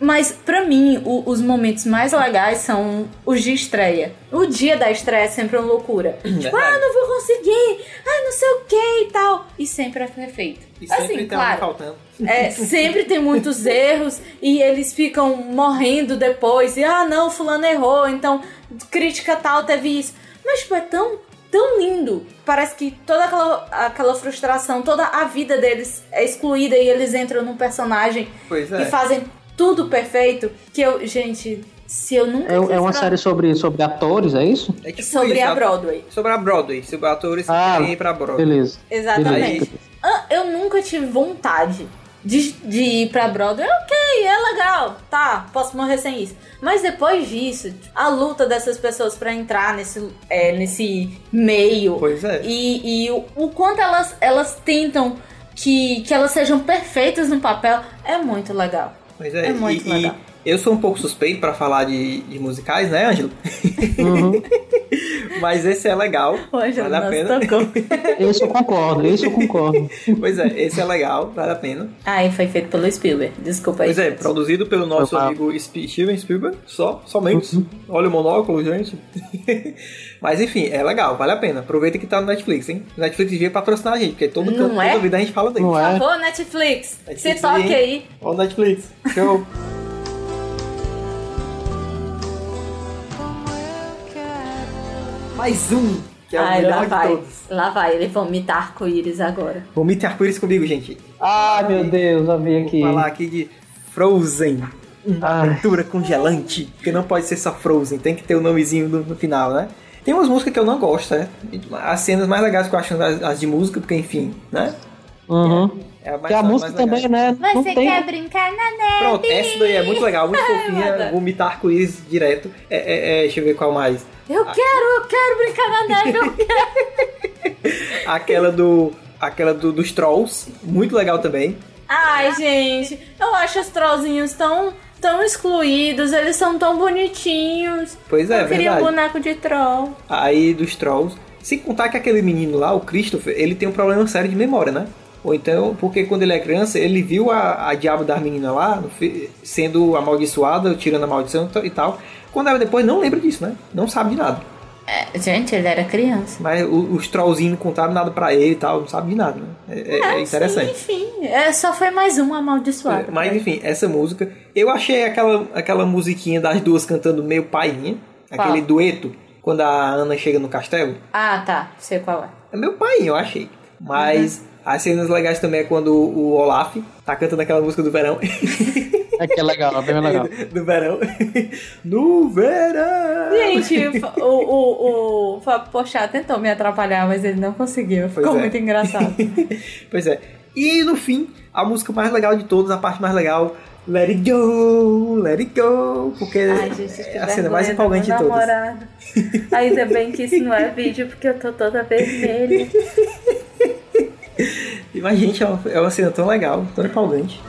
Mas pra mim, o- os momentos mais legais são os de estreia. O dia da estreia é sempre uma loucura. tipo, ah, não vou conseguir, ah, não sei o que e tal. E sempre é perfeito. E sempre assim, tá claro. faltando. É, sempre tem muitos erros e eles ficam morrendo depois. E ah, não, fulano errou, então crítica tal teve isso. Mas tipo, é tão, tão lindo. Parece que toda aquela, aquela frustração, toda a vida deles é excluída e eles entram num personagem Pois e é. fazem tudo perfeito. Que eu, gente, se eu nunca É, fiz é uma pra- série sobre, sobre atores, é isso? É tipo sobre isso, a né? Broadway. Sobre a Broadway, sobre atores Ah, que vêm pra Broadway. Beleza. Exatamente. Beleza. Ah, Eu nunca tive vontade de, de ir pra Broadway. Ok, é legal, tá, posso morrer sem isso. Mas depois disso, a luta dessas pessoas pra entrar nesse, é, nesse meio Pois é. e, e o, o quanto elas, elas tentam que, que elas sejam perfeitas no papel é muito legal. Pois é, É muito e, legal. e eu sou um pouco suspeito pra falar de, de musicais, né, Ângelo? Uhum. Mas esse é legal. Hoje vale a nós pena. tocou. Isso eu concordo, isso eu concordo. Pois é, esse é legal, vale a pena. Aí foi feito pelo Spielberg, desculpa aí. Pois é, produzido pelo nosso Foi Uhum. mal. amigo Sp- Steven Spielberg, só, somente. Olha o monóculo, gente. Mas enfim, é legal, vale a pena. Aproveita que tá no Netflix, hein? O Netflix devia patrocinar a gente, porque todo Não canto, é? toda vida a gente fala dele. Não Por é? favor, Netflix, se Netflix toque aí, aí. Ó o Netflix. Show. Mais um, que é o Ai, lá melhor de vai. todos. Lá vai, ele vomita arco-íris agora. Vomite arco-íris comigo, gente. Ah, meu Deus, já vi aqui. Vou falar aqui de Frozen. Uma Ai. aventura congelante. Porque não pode ser só Frozen, tem que ter o nomezinho no, no final, né? Tem umas músicas que eu não gosto, né? As cenas mais legais que eu acho são as, as de música, porque enfim, né? Uhum. É mais- Porque a mais música legais. também, né? Não Você tem. quer brincar na Pronto, essa daí é muito legal, muito fofinha. adoro. Vomitar arco-íris direto. É, é, é, deixa eu ver qual mais. Eu quero, eu quero brincar na neve. eu quero. Aquela do. Aquela do- dos Trolls, muito legal também. Ai, gente, eu acho os trollzinhos tão, tão excluídos, eles são tão bonitinhos. Pois é, eu queria verdade. um boneco de troll. aí dos trolls. Sem contar que aquele menino lá, o Christopher, ele tem um problema sério de memória, né? Ou então, porque quando ele é criança, ele viu a, a diabo da menina lá no fi- sendo amaldiçoada, tirando a maldição e tal- e tal. Quando era depois, não lembra disso, né? Não sabe de nada. É, gente, ele era criança. Mas o- os trollzinhos não contaram nada pra ele e tal, não sabe de nada, né? É, é- é Ah, interessante. É, sim, enfim, é, só foi mais um amaldiçoado. Mas enfim, essa música. Eu achei aquela, aquela musiquinha das duas cantando meio painha, Qual? aquele dueto, quando a Ana chega no castelo. Ah, tá. Sei qual é. É meu pai, eu achei. Uhum. Mas as cenas legais também é quando o Olaf tá cantando aquela música do verão. É que é legal, é bem legal. do verão. no verão! Gente, o, o, o Fábio Pochá tentou me atrapalhar, mas ele não conseguiu. Ficou Pois é. muito engraçado. Pois é. E no fim, a música mais legal de todas, a parte mais legal, Let It Go, Let It Go, porque Ai, gente, que é a cena mais vergonha tá do empolgante de meu todas. namorado. Ainda bem que isso não é vídeo, porque eu tô toda vermelha. E, Mas, gente, é uma, é uma cena tão legal, tão empolgante.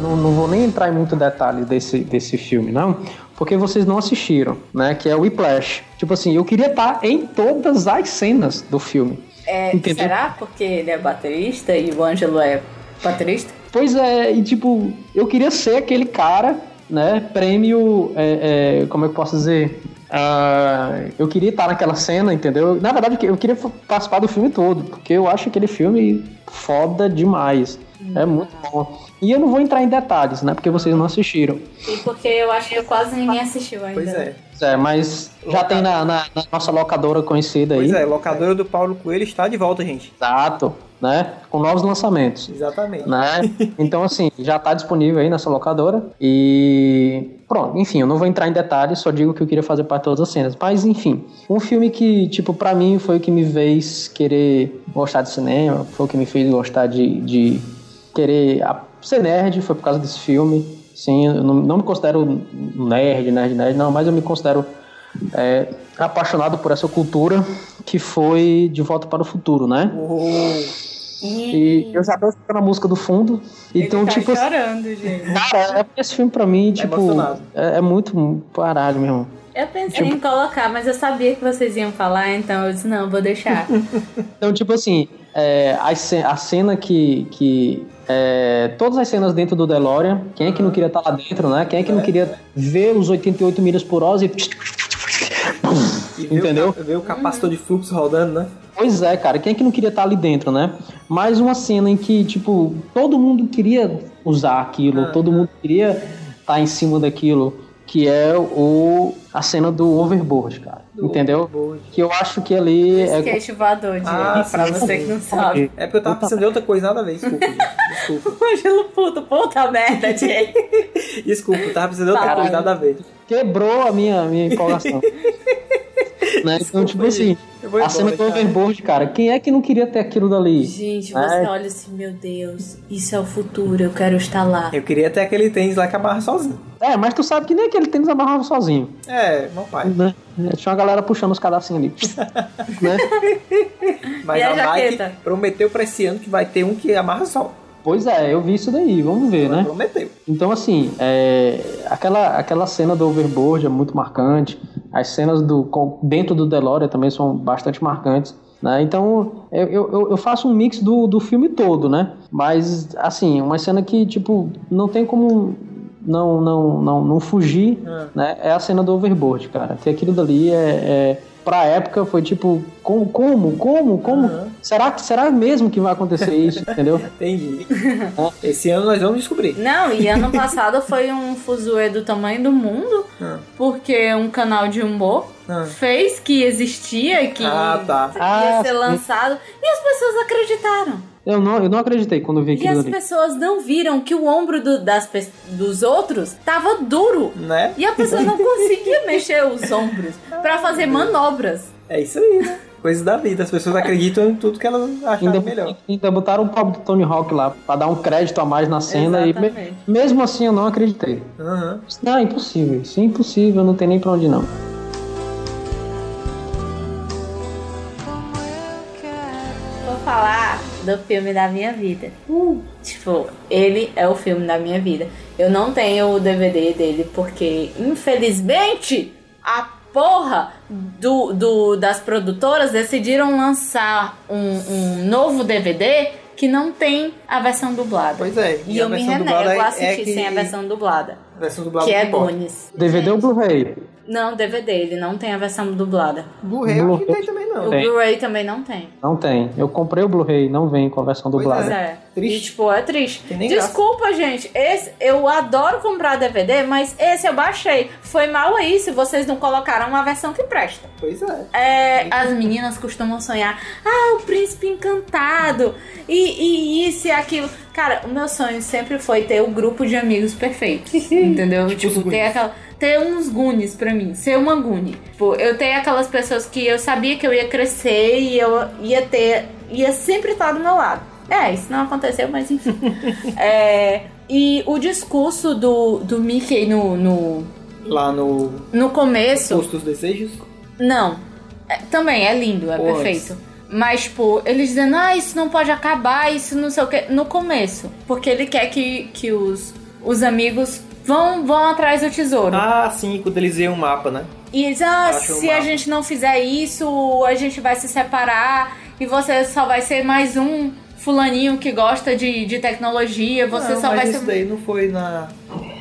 Não, não vou nem entrar em muito detalhe desse, desse filme, não, porque vocês não assistiram, né? Que é o Whiplash. Tipo assim, eu queria estar em todas as cenas do filme. É, Entendeu? será porque ele é baterista e o Ângelo é baterista? Pois é, e tipo, eu queria ser aquele cara, né? Prêmio. é, é, como é que eu posso dizer? Ah, eu queria estar naquela cena, entendeu? Na verdade, eu queria participar do filme todo, porque eu acho aquele filme foda demais. É muito bom. E eu não vou entrar em detalhes, né? Porque vocês não assistiram. E porque eu acho que quase ninguém assistiu ainda. Pois é. Pois É, mas já tem na, na- na nossa locadora conhecida aí. Pois é, locadora do Paulo Coelho está de volta, gente. Exato, né? Com novos lançamentos. Exatamente. né? Então, assim, já tá disponível aí nessa locadora. E pronto, enfim, eu não vou entrar em detalhes, só digo que eu queria fazer parte de todas as cenas. Mas, enfim, um filme que, tipo, pra mim foi o que me fez querer gostar de cinema, foi o que me fez gostar de, de querer a- ser nerd, foi por causa desse filme. Sim, eu não, não me considero nerd, nerd, nerd, não, mas eu me considero é, apaixonado por essa cultura que foi De Volta para o Futuro, né? E eu já Tá tô escutando a música do fundo. Então, tá tipo, chorando, gente. cara, é porque esse filme pra mim, tipo, emocionado. é, é muito parado, meu irmão. Eu pensei em colocar, mas eu sabia que vocês iam falar, então eu disse, não, vou deixar. Então, tipo assim, é, a, ce- a cena que. que é, todas as cenas dentro do DeLorean, quem é que não queria estar lá dentro, né? Quem é que não queria ver os 88 milhas por hora e. E ver o Entendeu? ca- Ver o capacitor de fluxo rodando, né? Pois é, cara, quem é que não queria estar ali dentro, né? Mais uma cena em que, tipo, todo mundo queria usar aquilo, todo mundo queria estar em cima daquilo, que é o a cena do overboard, cara. entendeu? Que eu acho que ali é Skate voador, gente, Ah, pra sim, você sim. que não sabe. É porque eu tava pensando em outra coisa, nada a ver. Desculpa, gente. Desculpa. Ângelo puto, puta merda, gente. Desculpa, eu tava pensando em outra Caralho. coisa, nada a ver. quebrou a minha, minha empolgação. né? Então, Desculpa, tipo assim, gente. Eu vou a cena embora, do cara. overboard, cara, quem é que não queria ter aquilo dali? Gente, você você Ai. olha assim, meu Deus, isso é o futuro, eu quero estar lá. Eu queria ter aquele tênis lá que amarra sozinho. É, mas tu sabe que nem aquele tênis amarrava sozinho. É, meu pai. Né? Tinha uma galera puxando os pedacinhos ali. né? Mas E a a, Nike jaqueta? prometeu pra esse ano que vai ter um que amarra só. Pois é, eu vi isso daí, vamos ver, né? Prometeu. Então, assim, é, aquela, aquela cena do overboard é muito marcante. As cenas do com- dentro do DeLorean também são bastante marcantes. Né? Então, eu, eu, eu faço um mix do, do filme todo, né? Mas, assim, uma cena que, tipo, não tem como não, não, não, não fugir, né? É a cena do overboard, cara. Que aquilo dali é... é Pra época foi tipo, como, como, como, como? Será, que- será mesmo que vai acontecer isso, entendeu? Entendi. esse ano nós vamos descobrir. Não, e ano passado foi um fuzuê do tamanho do mundo, Ah. porque um canal de humor Ah. fez que existia, que Ah, tá. ia Ah, ser sim. lançado, e as pessoas acreditaram. Eu não, eu não acreditei quando eu vi E aquilo as ali. pessoas não viram que o ombro do- das, pe- dos outros tava duro. Né? E a pessoa não conseguia mexer os ombros pra fazer manobras. É isso aí, né? Coisa da vida. As pessoas acreditam em tudo que elas acharam Ainda, melhor. ainda botaram o pobre do Tony Hawk lá pra dar um crédito a mais na cena. E me- Exatamente. mesmo assim eu não acreditei. Aham. Não, é impossível. Isso é impossível, não tem nem pra onde não. Vou falar do filme da minha vida. Uh. Tipo, ele é o filme da minha vida. Eu não tenho o DVD dele porque, infelizmente, a porra do, do- das produtoras decidiram lançar um, um novo DVD que não tem a versão dublada. Pois é. E eu a me versão renego dublada a é assistir que- sem a versão dublada. versão dublada que não é importa. Gones. DVD ou Blu-ray? Não, DVD, ele não tem a versão dublada. Blu-ray eu acho que Blu-ray. tem também O não. Tem. Blu-ray também não tem. Não tem. Eu comprei o Blu-ray, não vem com a versão Pois Pois dublada. é. Triste. E, tipo, é triste. Tem nem Desculpa, gente. Esse, eu adoro comprar DVD, mas esse eu baixei. Foi mal aí se vocês não colocaram uma versão que presta. Pois é. É, as meninas costumam sonhar, ah, o príncipe encantado, e, e isso e aquilo. Cara, o meu sonho sempre foi ter o grupo de amigos perfeitos, entendeu? os tipo, ter, Goonies. aquela, ter uns gunes pra mim, ser uma gune. Tipo, eu ter aquelas pessoas que eu sabia que eu ia crescer e eu ia ter, ia sempre estar do meu lado. É, isso não aconteceu, mas enfim. É, e o discurso do, do Mickey no, no, Lá no no começo. Posto dos Desejos. Não. É, também é lindo, é Pois. perfeito. Mas, tipo, eles dizendo, ah, isso não pode acabar, isso não sei o quê. No começo. Porque ele quer que, que os, os amigos vão, vão atrás do tesouro. Ah, sim, quando eles veem o mapa, né? E eles, ah, Acho se uma- a gente não fizer isso, a gente vai se separar e você só vai ser mais um fulaninho que gosta de, de tecnologia, você não, só mas vai isso ser. daí não foi na...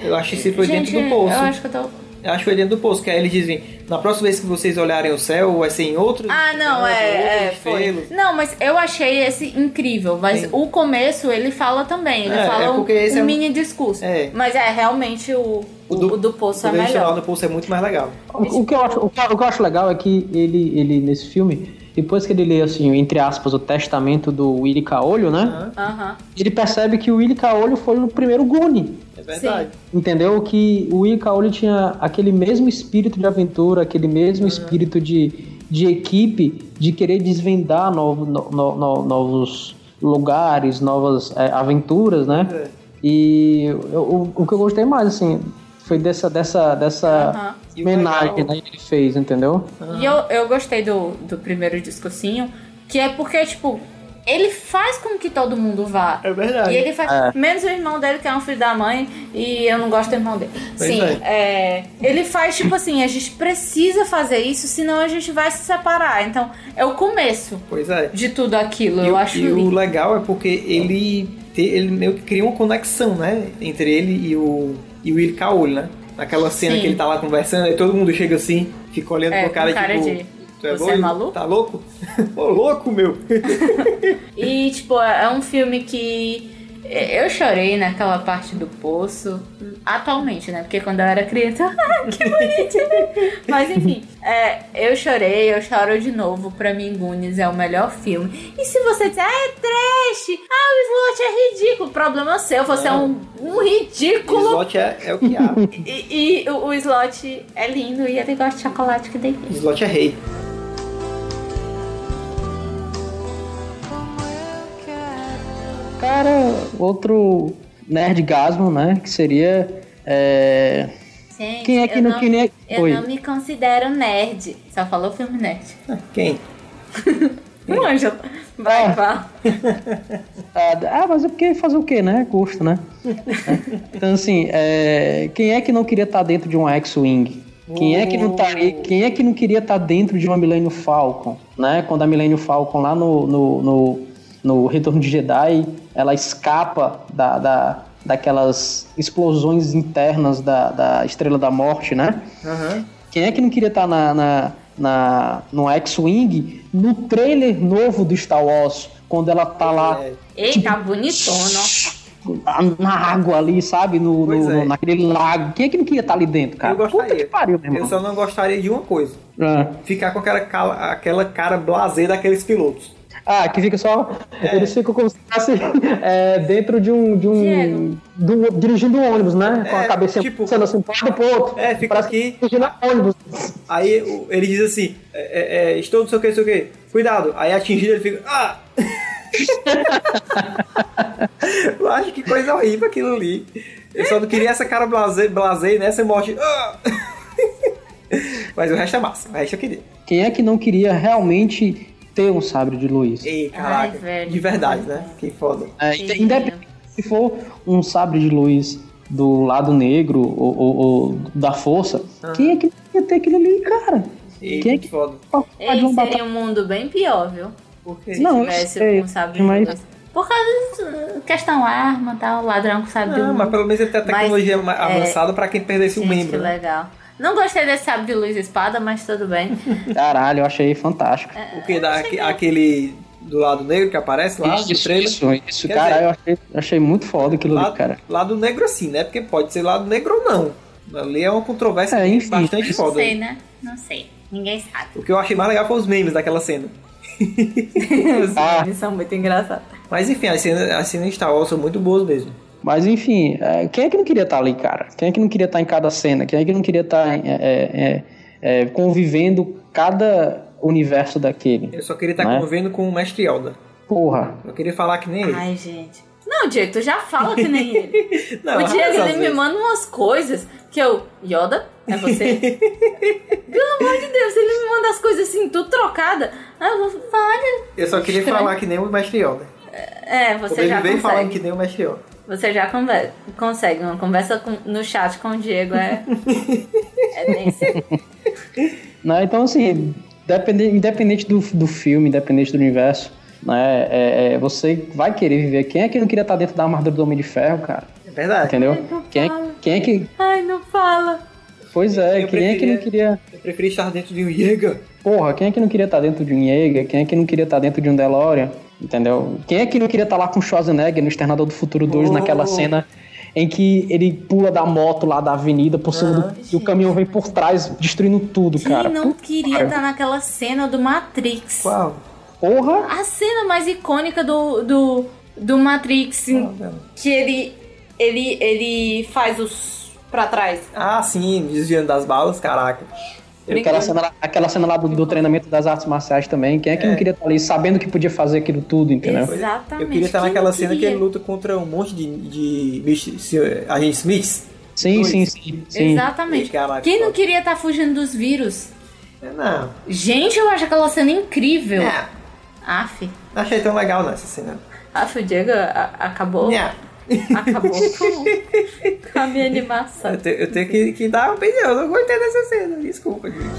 Eu acho que isso foi gente, dentro do poço. eu acho que eu tô. Eu acho que foi dentro do poço, que aí eles dizem, na próxima vez que vocês olharem o céu, vai ser em outro... Ah, não, é, é, foi. Não, mas eu achei esse incrível. Mas Sim. o começo ele fala também. Ele É, fala é um, porque esse um é um- mini discurso. É. Mas é realmente o, o, O do, do- o do poço é O original melhor. do poço é muito mais legal. O, o que eu acho, o, que, eu- o que eu acho legal é que ele, ele, nesse filme, depois que ele lê, assim, entre aspas, o testamento do Willy Caolho, né? Aham. Ele percebe que o Willy Caolho foi o primeiro Gune. É verdade. Entendeu? Que o Willy Caolho tinha aquele mesmo espírito de aventura, aquele mesmo espírito de, de equipe, de querer desvendar novo, no- no- no- novos lugares, novas é, aventuras, né? É. E eu- o, o que eu gostei mais, assim, foi dessa, dessa, dessa aham. E o homenagem legal- né, que ele fez, entendeu? E eu, eu gostei do, do primeiro discursinho, que é porque, tipo, ele faz com que todo mundo vá. É verdade. E ele faz. É. Menos o irmão dele, que é um filho da mãe, e eu não gosto do irmão dele. Pois Sim, é, ele faz tipo assim: a gente precisa fazer isso, senão a gente vai se separar. Então é o começo Pois é. de tudo aquilo, E, eu o- acho e o lindo. legal é porque ele, te- ele meio que cria uma conexão, né? Entre ele e o, e o Will Caolho, né? Naquela cena Sim. que ele tá lá conversando, aí todo mundo chega assim, fica olhando É, pro cara, com cara tipo. de, Tu é "Você doido? é maluco?" Tá louco? Ô, louco, meu! E tipo, é um filme que. é, Eu chorei naquela parte do poço. Atualmente, né? Porque quando eu era criança, "Ah, que bonito! né?" Mas enfim, é, eu chorei, eu choro de novo. Pra mim, Goonies é o melhor filme. E se você disser, ah, é trash! Ah, o Slot é ridículo. Problema seu, você é um, um O ridículo. slot é, é o que há. E, e o, o Slot é lindo e ele gosta de chocolate que daí. O slot é rei. Cara, outro nerdgasmo, né? Que seria. é, Gente, Quem é que eu não. não, Quem é... eu Oi. não me considero nerd. Só falou filme nerd. É, Quem? Um anjo. Vai, fala. Ah, mas é porque fazer o quê, né? Custo, né? então, assim, é, quem é que não queria estar dentro de um X-Wing? Quem é, que não taria- quem é que não queria estar dentro de uma Millennium Falcon? Né? Quando a Millennium Falcon, lá no, no, no, no Retorno de Jedi, ela escapa da, da, daquelas explosões internas da, da Estrela da Morte, né? Aham. Quem é que não queria estar na, na, na- no X-Wing no trailer novo do Star Wars? Quando ela tá lá É, Eita, bonitona. na água ali, sabe? No, Pois no- é. no- naquele lago. Quem é que não queria estar ali dentro, cara? Eu gostaria. Puta que pariu, meu eu irmão. só não gostaria de uma coisa: Ah. ficar com aquela, cala- aquela cara blasé daqueles pilotos. Ah, que fica só. É. Eles ficam como se fosse é, dentro de um. De um, Diego. de um- dirigindo um ônibus, né? Com a É, cabeça tipo- sendo assim, pro lado e pro outro. É, fica Parece aqui. que tá Dirigindo ônibus. Aí o- ele diz assim: é, é, é, estou não sei o que, não sei o que, cuidado. Aí atingido ele fica, ah! Eu acho que coisa horrível aquilo ali. Eu só não queria essa cara blasei, blasei nessa morte. Ah! Mas o resto é massa, o resto eu queria. Quem é que não queria realmente ter um sabre de luz? Ei, caraca, Ai, velho. de verdade, né? Que foda. É, Sim. independente se for um sabre de luz do lado negro ou, ou- ou da força, quem é que ia ter aquilo ali, cara? Ei, Quem é que que- foda. Pode Ei, uma batalha. seria um mundo bem pior, viu? Por quê? Não, eu Tivesse sei, um sabre mas de luz. Por causa de questão arma e tal, ladrão que Ah, sabe de um Não, luz. Ah, mas pelo menos ele tem a Mas, tecnologia ma- é, avançada pra quem perdesse um Gente, que membro. né? legal. Não gostei desse sabre de luz e espada, mas tudo bem. Caralho, eu achei fantástico. O que dá aque- aquele do lado negro que aparece lá, de isso, trailer. isso, isso, Quer caralho, eu achei, achei muito foda aquilo ali, Lado, cara. lado negro assim, né? Porque pode ser lado negro ou não. Ali é uma controvérsia É, enfim. bastante Não foda. sei, né? Não sei. Ninguém sabe. O que eu achei mais legal foi os memes daquela cena. Os Ah. memes são muito engraçados. Mas enfim, as cenas, as cenas de Star Wars são muito boas mesmo. Mas enfim, é, quem é que não queria estar ali, cara? Quem é que não queria estar em cada cena? Quem é que não queria estar é, é, é, convivendo cada universo daquele? Eu só queria estar Não é? convivendo com o Mestre Yoda. Porra. Eu queria falar que nem ele. Ai, gente. Não, Diego, tu já fala que nem ele. Não, o às Diego, ele vezes. me manda umas coisas que eu... Yoda? É você? Pelo amor de Deus, ele me manda as coisas assim, tudo trocada. Ah, eu vou falar de... Eu só queria Estranho. falar que nem o Mestre Yoda. É, você já Ele vem falando consegue. que nem o Mestre Yoda. Você já conver- consegue. Uma conversa com- no chat com o Diego é... é densa. Né? Então, assim, depende- independente do, do filme, independente do universo, né? é, é, você vai querer viver. Quem é que não queria estar dentro da armadura do Homem de Ferro, cara? É verdade. Entendeu? não Quem é, fala. quem é que. Ai, não fala. Pois é, Eu quem é que não preferia- queria. Eu preferia estar dentro de um Jäger. Porra, quem é que não queria estar dentro de um Jäger? Quem é que não queria estar dentro de um DeLorean? Entendeu? Quem é que não queria estar lá com o Schwarzenegger no Externador do Futuro 2, Oh. naquela cena em que ele pula da moto lá da avenida por cima do. E o caminhão vem por trás, destruindo tudo, Quem cara. não queria cara. estar naquela cena do Matrix? Qual? Porra! A cena mais icônica do, do, do Matrix, que ele, ele, ele faz os pra trás. Ah, sim, desviando das balas, caraca. Aquela cena, lá- aquela cena lá do, do treinamento das artes marciais também. Quem é que não queria estar ali sabendo que podia fazer aquilo tudo, entendeu? Exatamente. Eu queria estar Quem naquela não cena que queria? ele luta contra um monte de, de bichos- se- agentes Smiths. Sim, sim, sim, sim. Exatamente. Ih, caraca, Quem não foda. queria estar fugindo dos vírus? É, Não, Gente, eu acho aquela cena incrível. não Af. achei tão legal nessa cena. É. Af, o Diego a- acabou. Não. Acabou com, com a minha animação. Eu, te- eu tenho que, que dar uma opinião, eu não gostei dessa cena, desculpa, gente.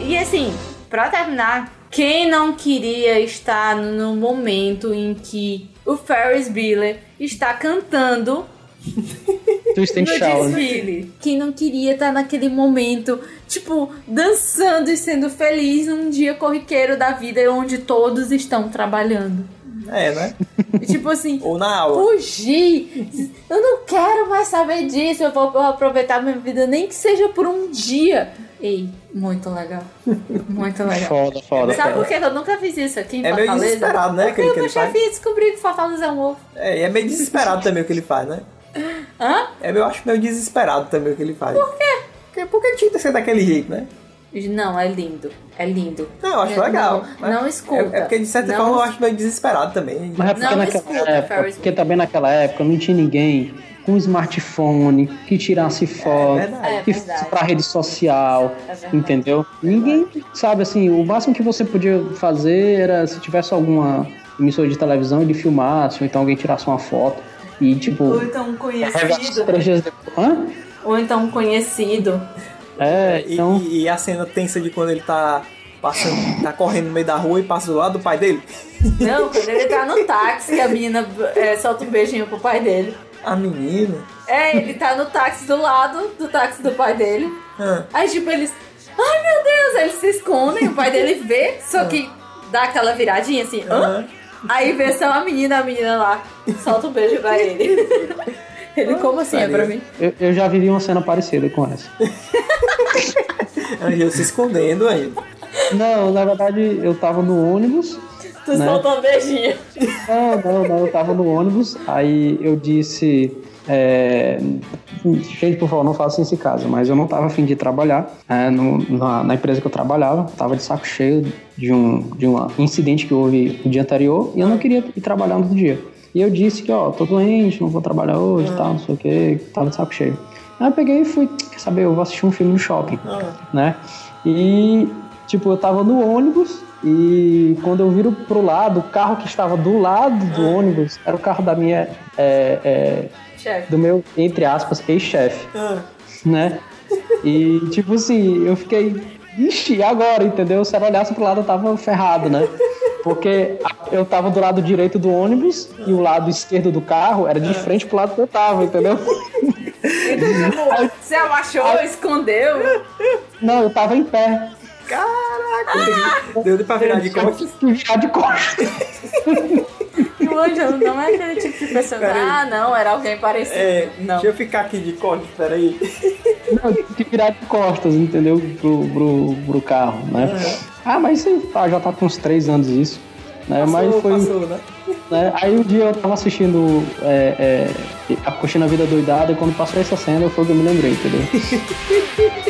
E assim, pra terminar, quem não queria estar no momento em que o Ferris Bueller está cantando Twist and no shout. né? desfile? Quem não queria estar naquele momento, tipo, dançando e sendo feliz num dia corriqueiro da vida onde todos estão trabalhando? É, né? E, tipo assim. Ou na aula. Fugir! Eu não quero mais saber disso. Eu vou aproveitar minha vida, nem que seja por um dia. Ei, muito legal. Muito legal. Foda, foda. Sabe foda. por que eu nunca fiz isso aqui em É meio Fortaleza? desesperado, né, Porque aquele o que meu ele faz. chefe descobriu que Fortaleza é um ovo. É, e é meio desesperado também o que ele faz, né? Hã? É, eu acho meio desesperado também o que ele faz. Por quê? Porque, porque tinha que ser daquele jeito, né? Não, é lindo. É lindo. Não, eu acho Não, legal. mas não escuta. É, é porque, de certa Não forma, eu es- acho meio desesperado também. Mas é porque, Não, escuta, naquela época, Ferris. porque também naquela época não tinha ninguém com smartphone que tirasse foto, verdade. É que verdade. fosse pra rede social, É verdade. entendeu? Ninguém, sabe, assim, o máximo que você podia fazer era se tivesse alguma emissora de televisão, ele filmasse, ou então alguém tirasse uma foto e, tipo, então um revelasse três dias depois. Hã? Ou então um conhecido. É, E, então. e- e a cena tensa de quando ele tá passando, tá correndo no meio da rua e passa do lado do pai dele. Não, quando ele tá no táxi, que a menina é, solta um beijinho pro pai dele. A menina. É, ele tá no táxi do lado do táxi do pai dele. Ah, Aí, tipo, eles. Ai, meu Deus! Aí Eles se escondem, o pai dele vê, só que dá aquela viradinha assim. Hã? Aí vê só a menina, a menina lá. Solta um beijo pra ele. Ele, como assim? É pra mim? Eu, eu já vivi uma cena parecida com essa. Angel se escondendo aí. Não, na verdade, eu tava no ônibus. Tu Né? soltou um beijinho. Não, não, não, eu tava no ônibus. Aí eu disse. é, gente, por favor, não faça esse caso, mas eu não tava afim de trabalhar é, no- na, na empresa que eu trabalhava, tava de saco cheio de um, de um incidente que houve no dia anterior e eu não queria ir trabalhar no outro dia. E eu disse que, ó, tô doente, não vou trabalhar hoje e tal, não sei o que, tava de saco cheio. Aí eu peguei e fui, quer saber, eu vou assistir um filme no shopping, né? E, tipo, eu tava no ônibus e quando eu viro pro lado, o carro que estava do lado do ônibus era o carro da minha, é, é, Chefe. do meu, entre aspas, ex-chefe, Ah, né? E, tipo assim, eu fiquei ixi, e agora, entendeu? Se ela olhasse pro lado, eu tava ferrado, né? Porque eu tava do lado direito do ônibus e o lado esquerdo do carro era de frente pro lado que eu tava, entendeu? tipo, Você abaixou, escondeu. Não, eu tava em pé. Deu de pra virar de Eu costas. tive que virar de costas. E o Ângelo não é aquele tipo de pessoa. que, Peraí. Ah, não, era alguém parecido. É, não. deixa eu ficar aqui de costas, peraí. Não, eu tive que virar de costas, entendeu? Pro, pro, pro carro, né? Uhum. Ah, mas isso aí, ah, já tá com uns três anos isso. Né? mas Passou, foi. passou, né? né? Aí um dia eu tava assistindo é, é, a Coxinha Vida Doidada e quando passou essa cena foi o que eu me lembrei, entendeu?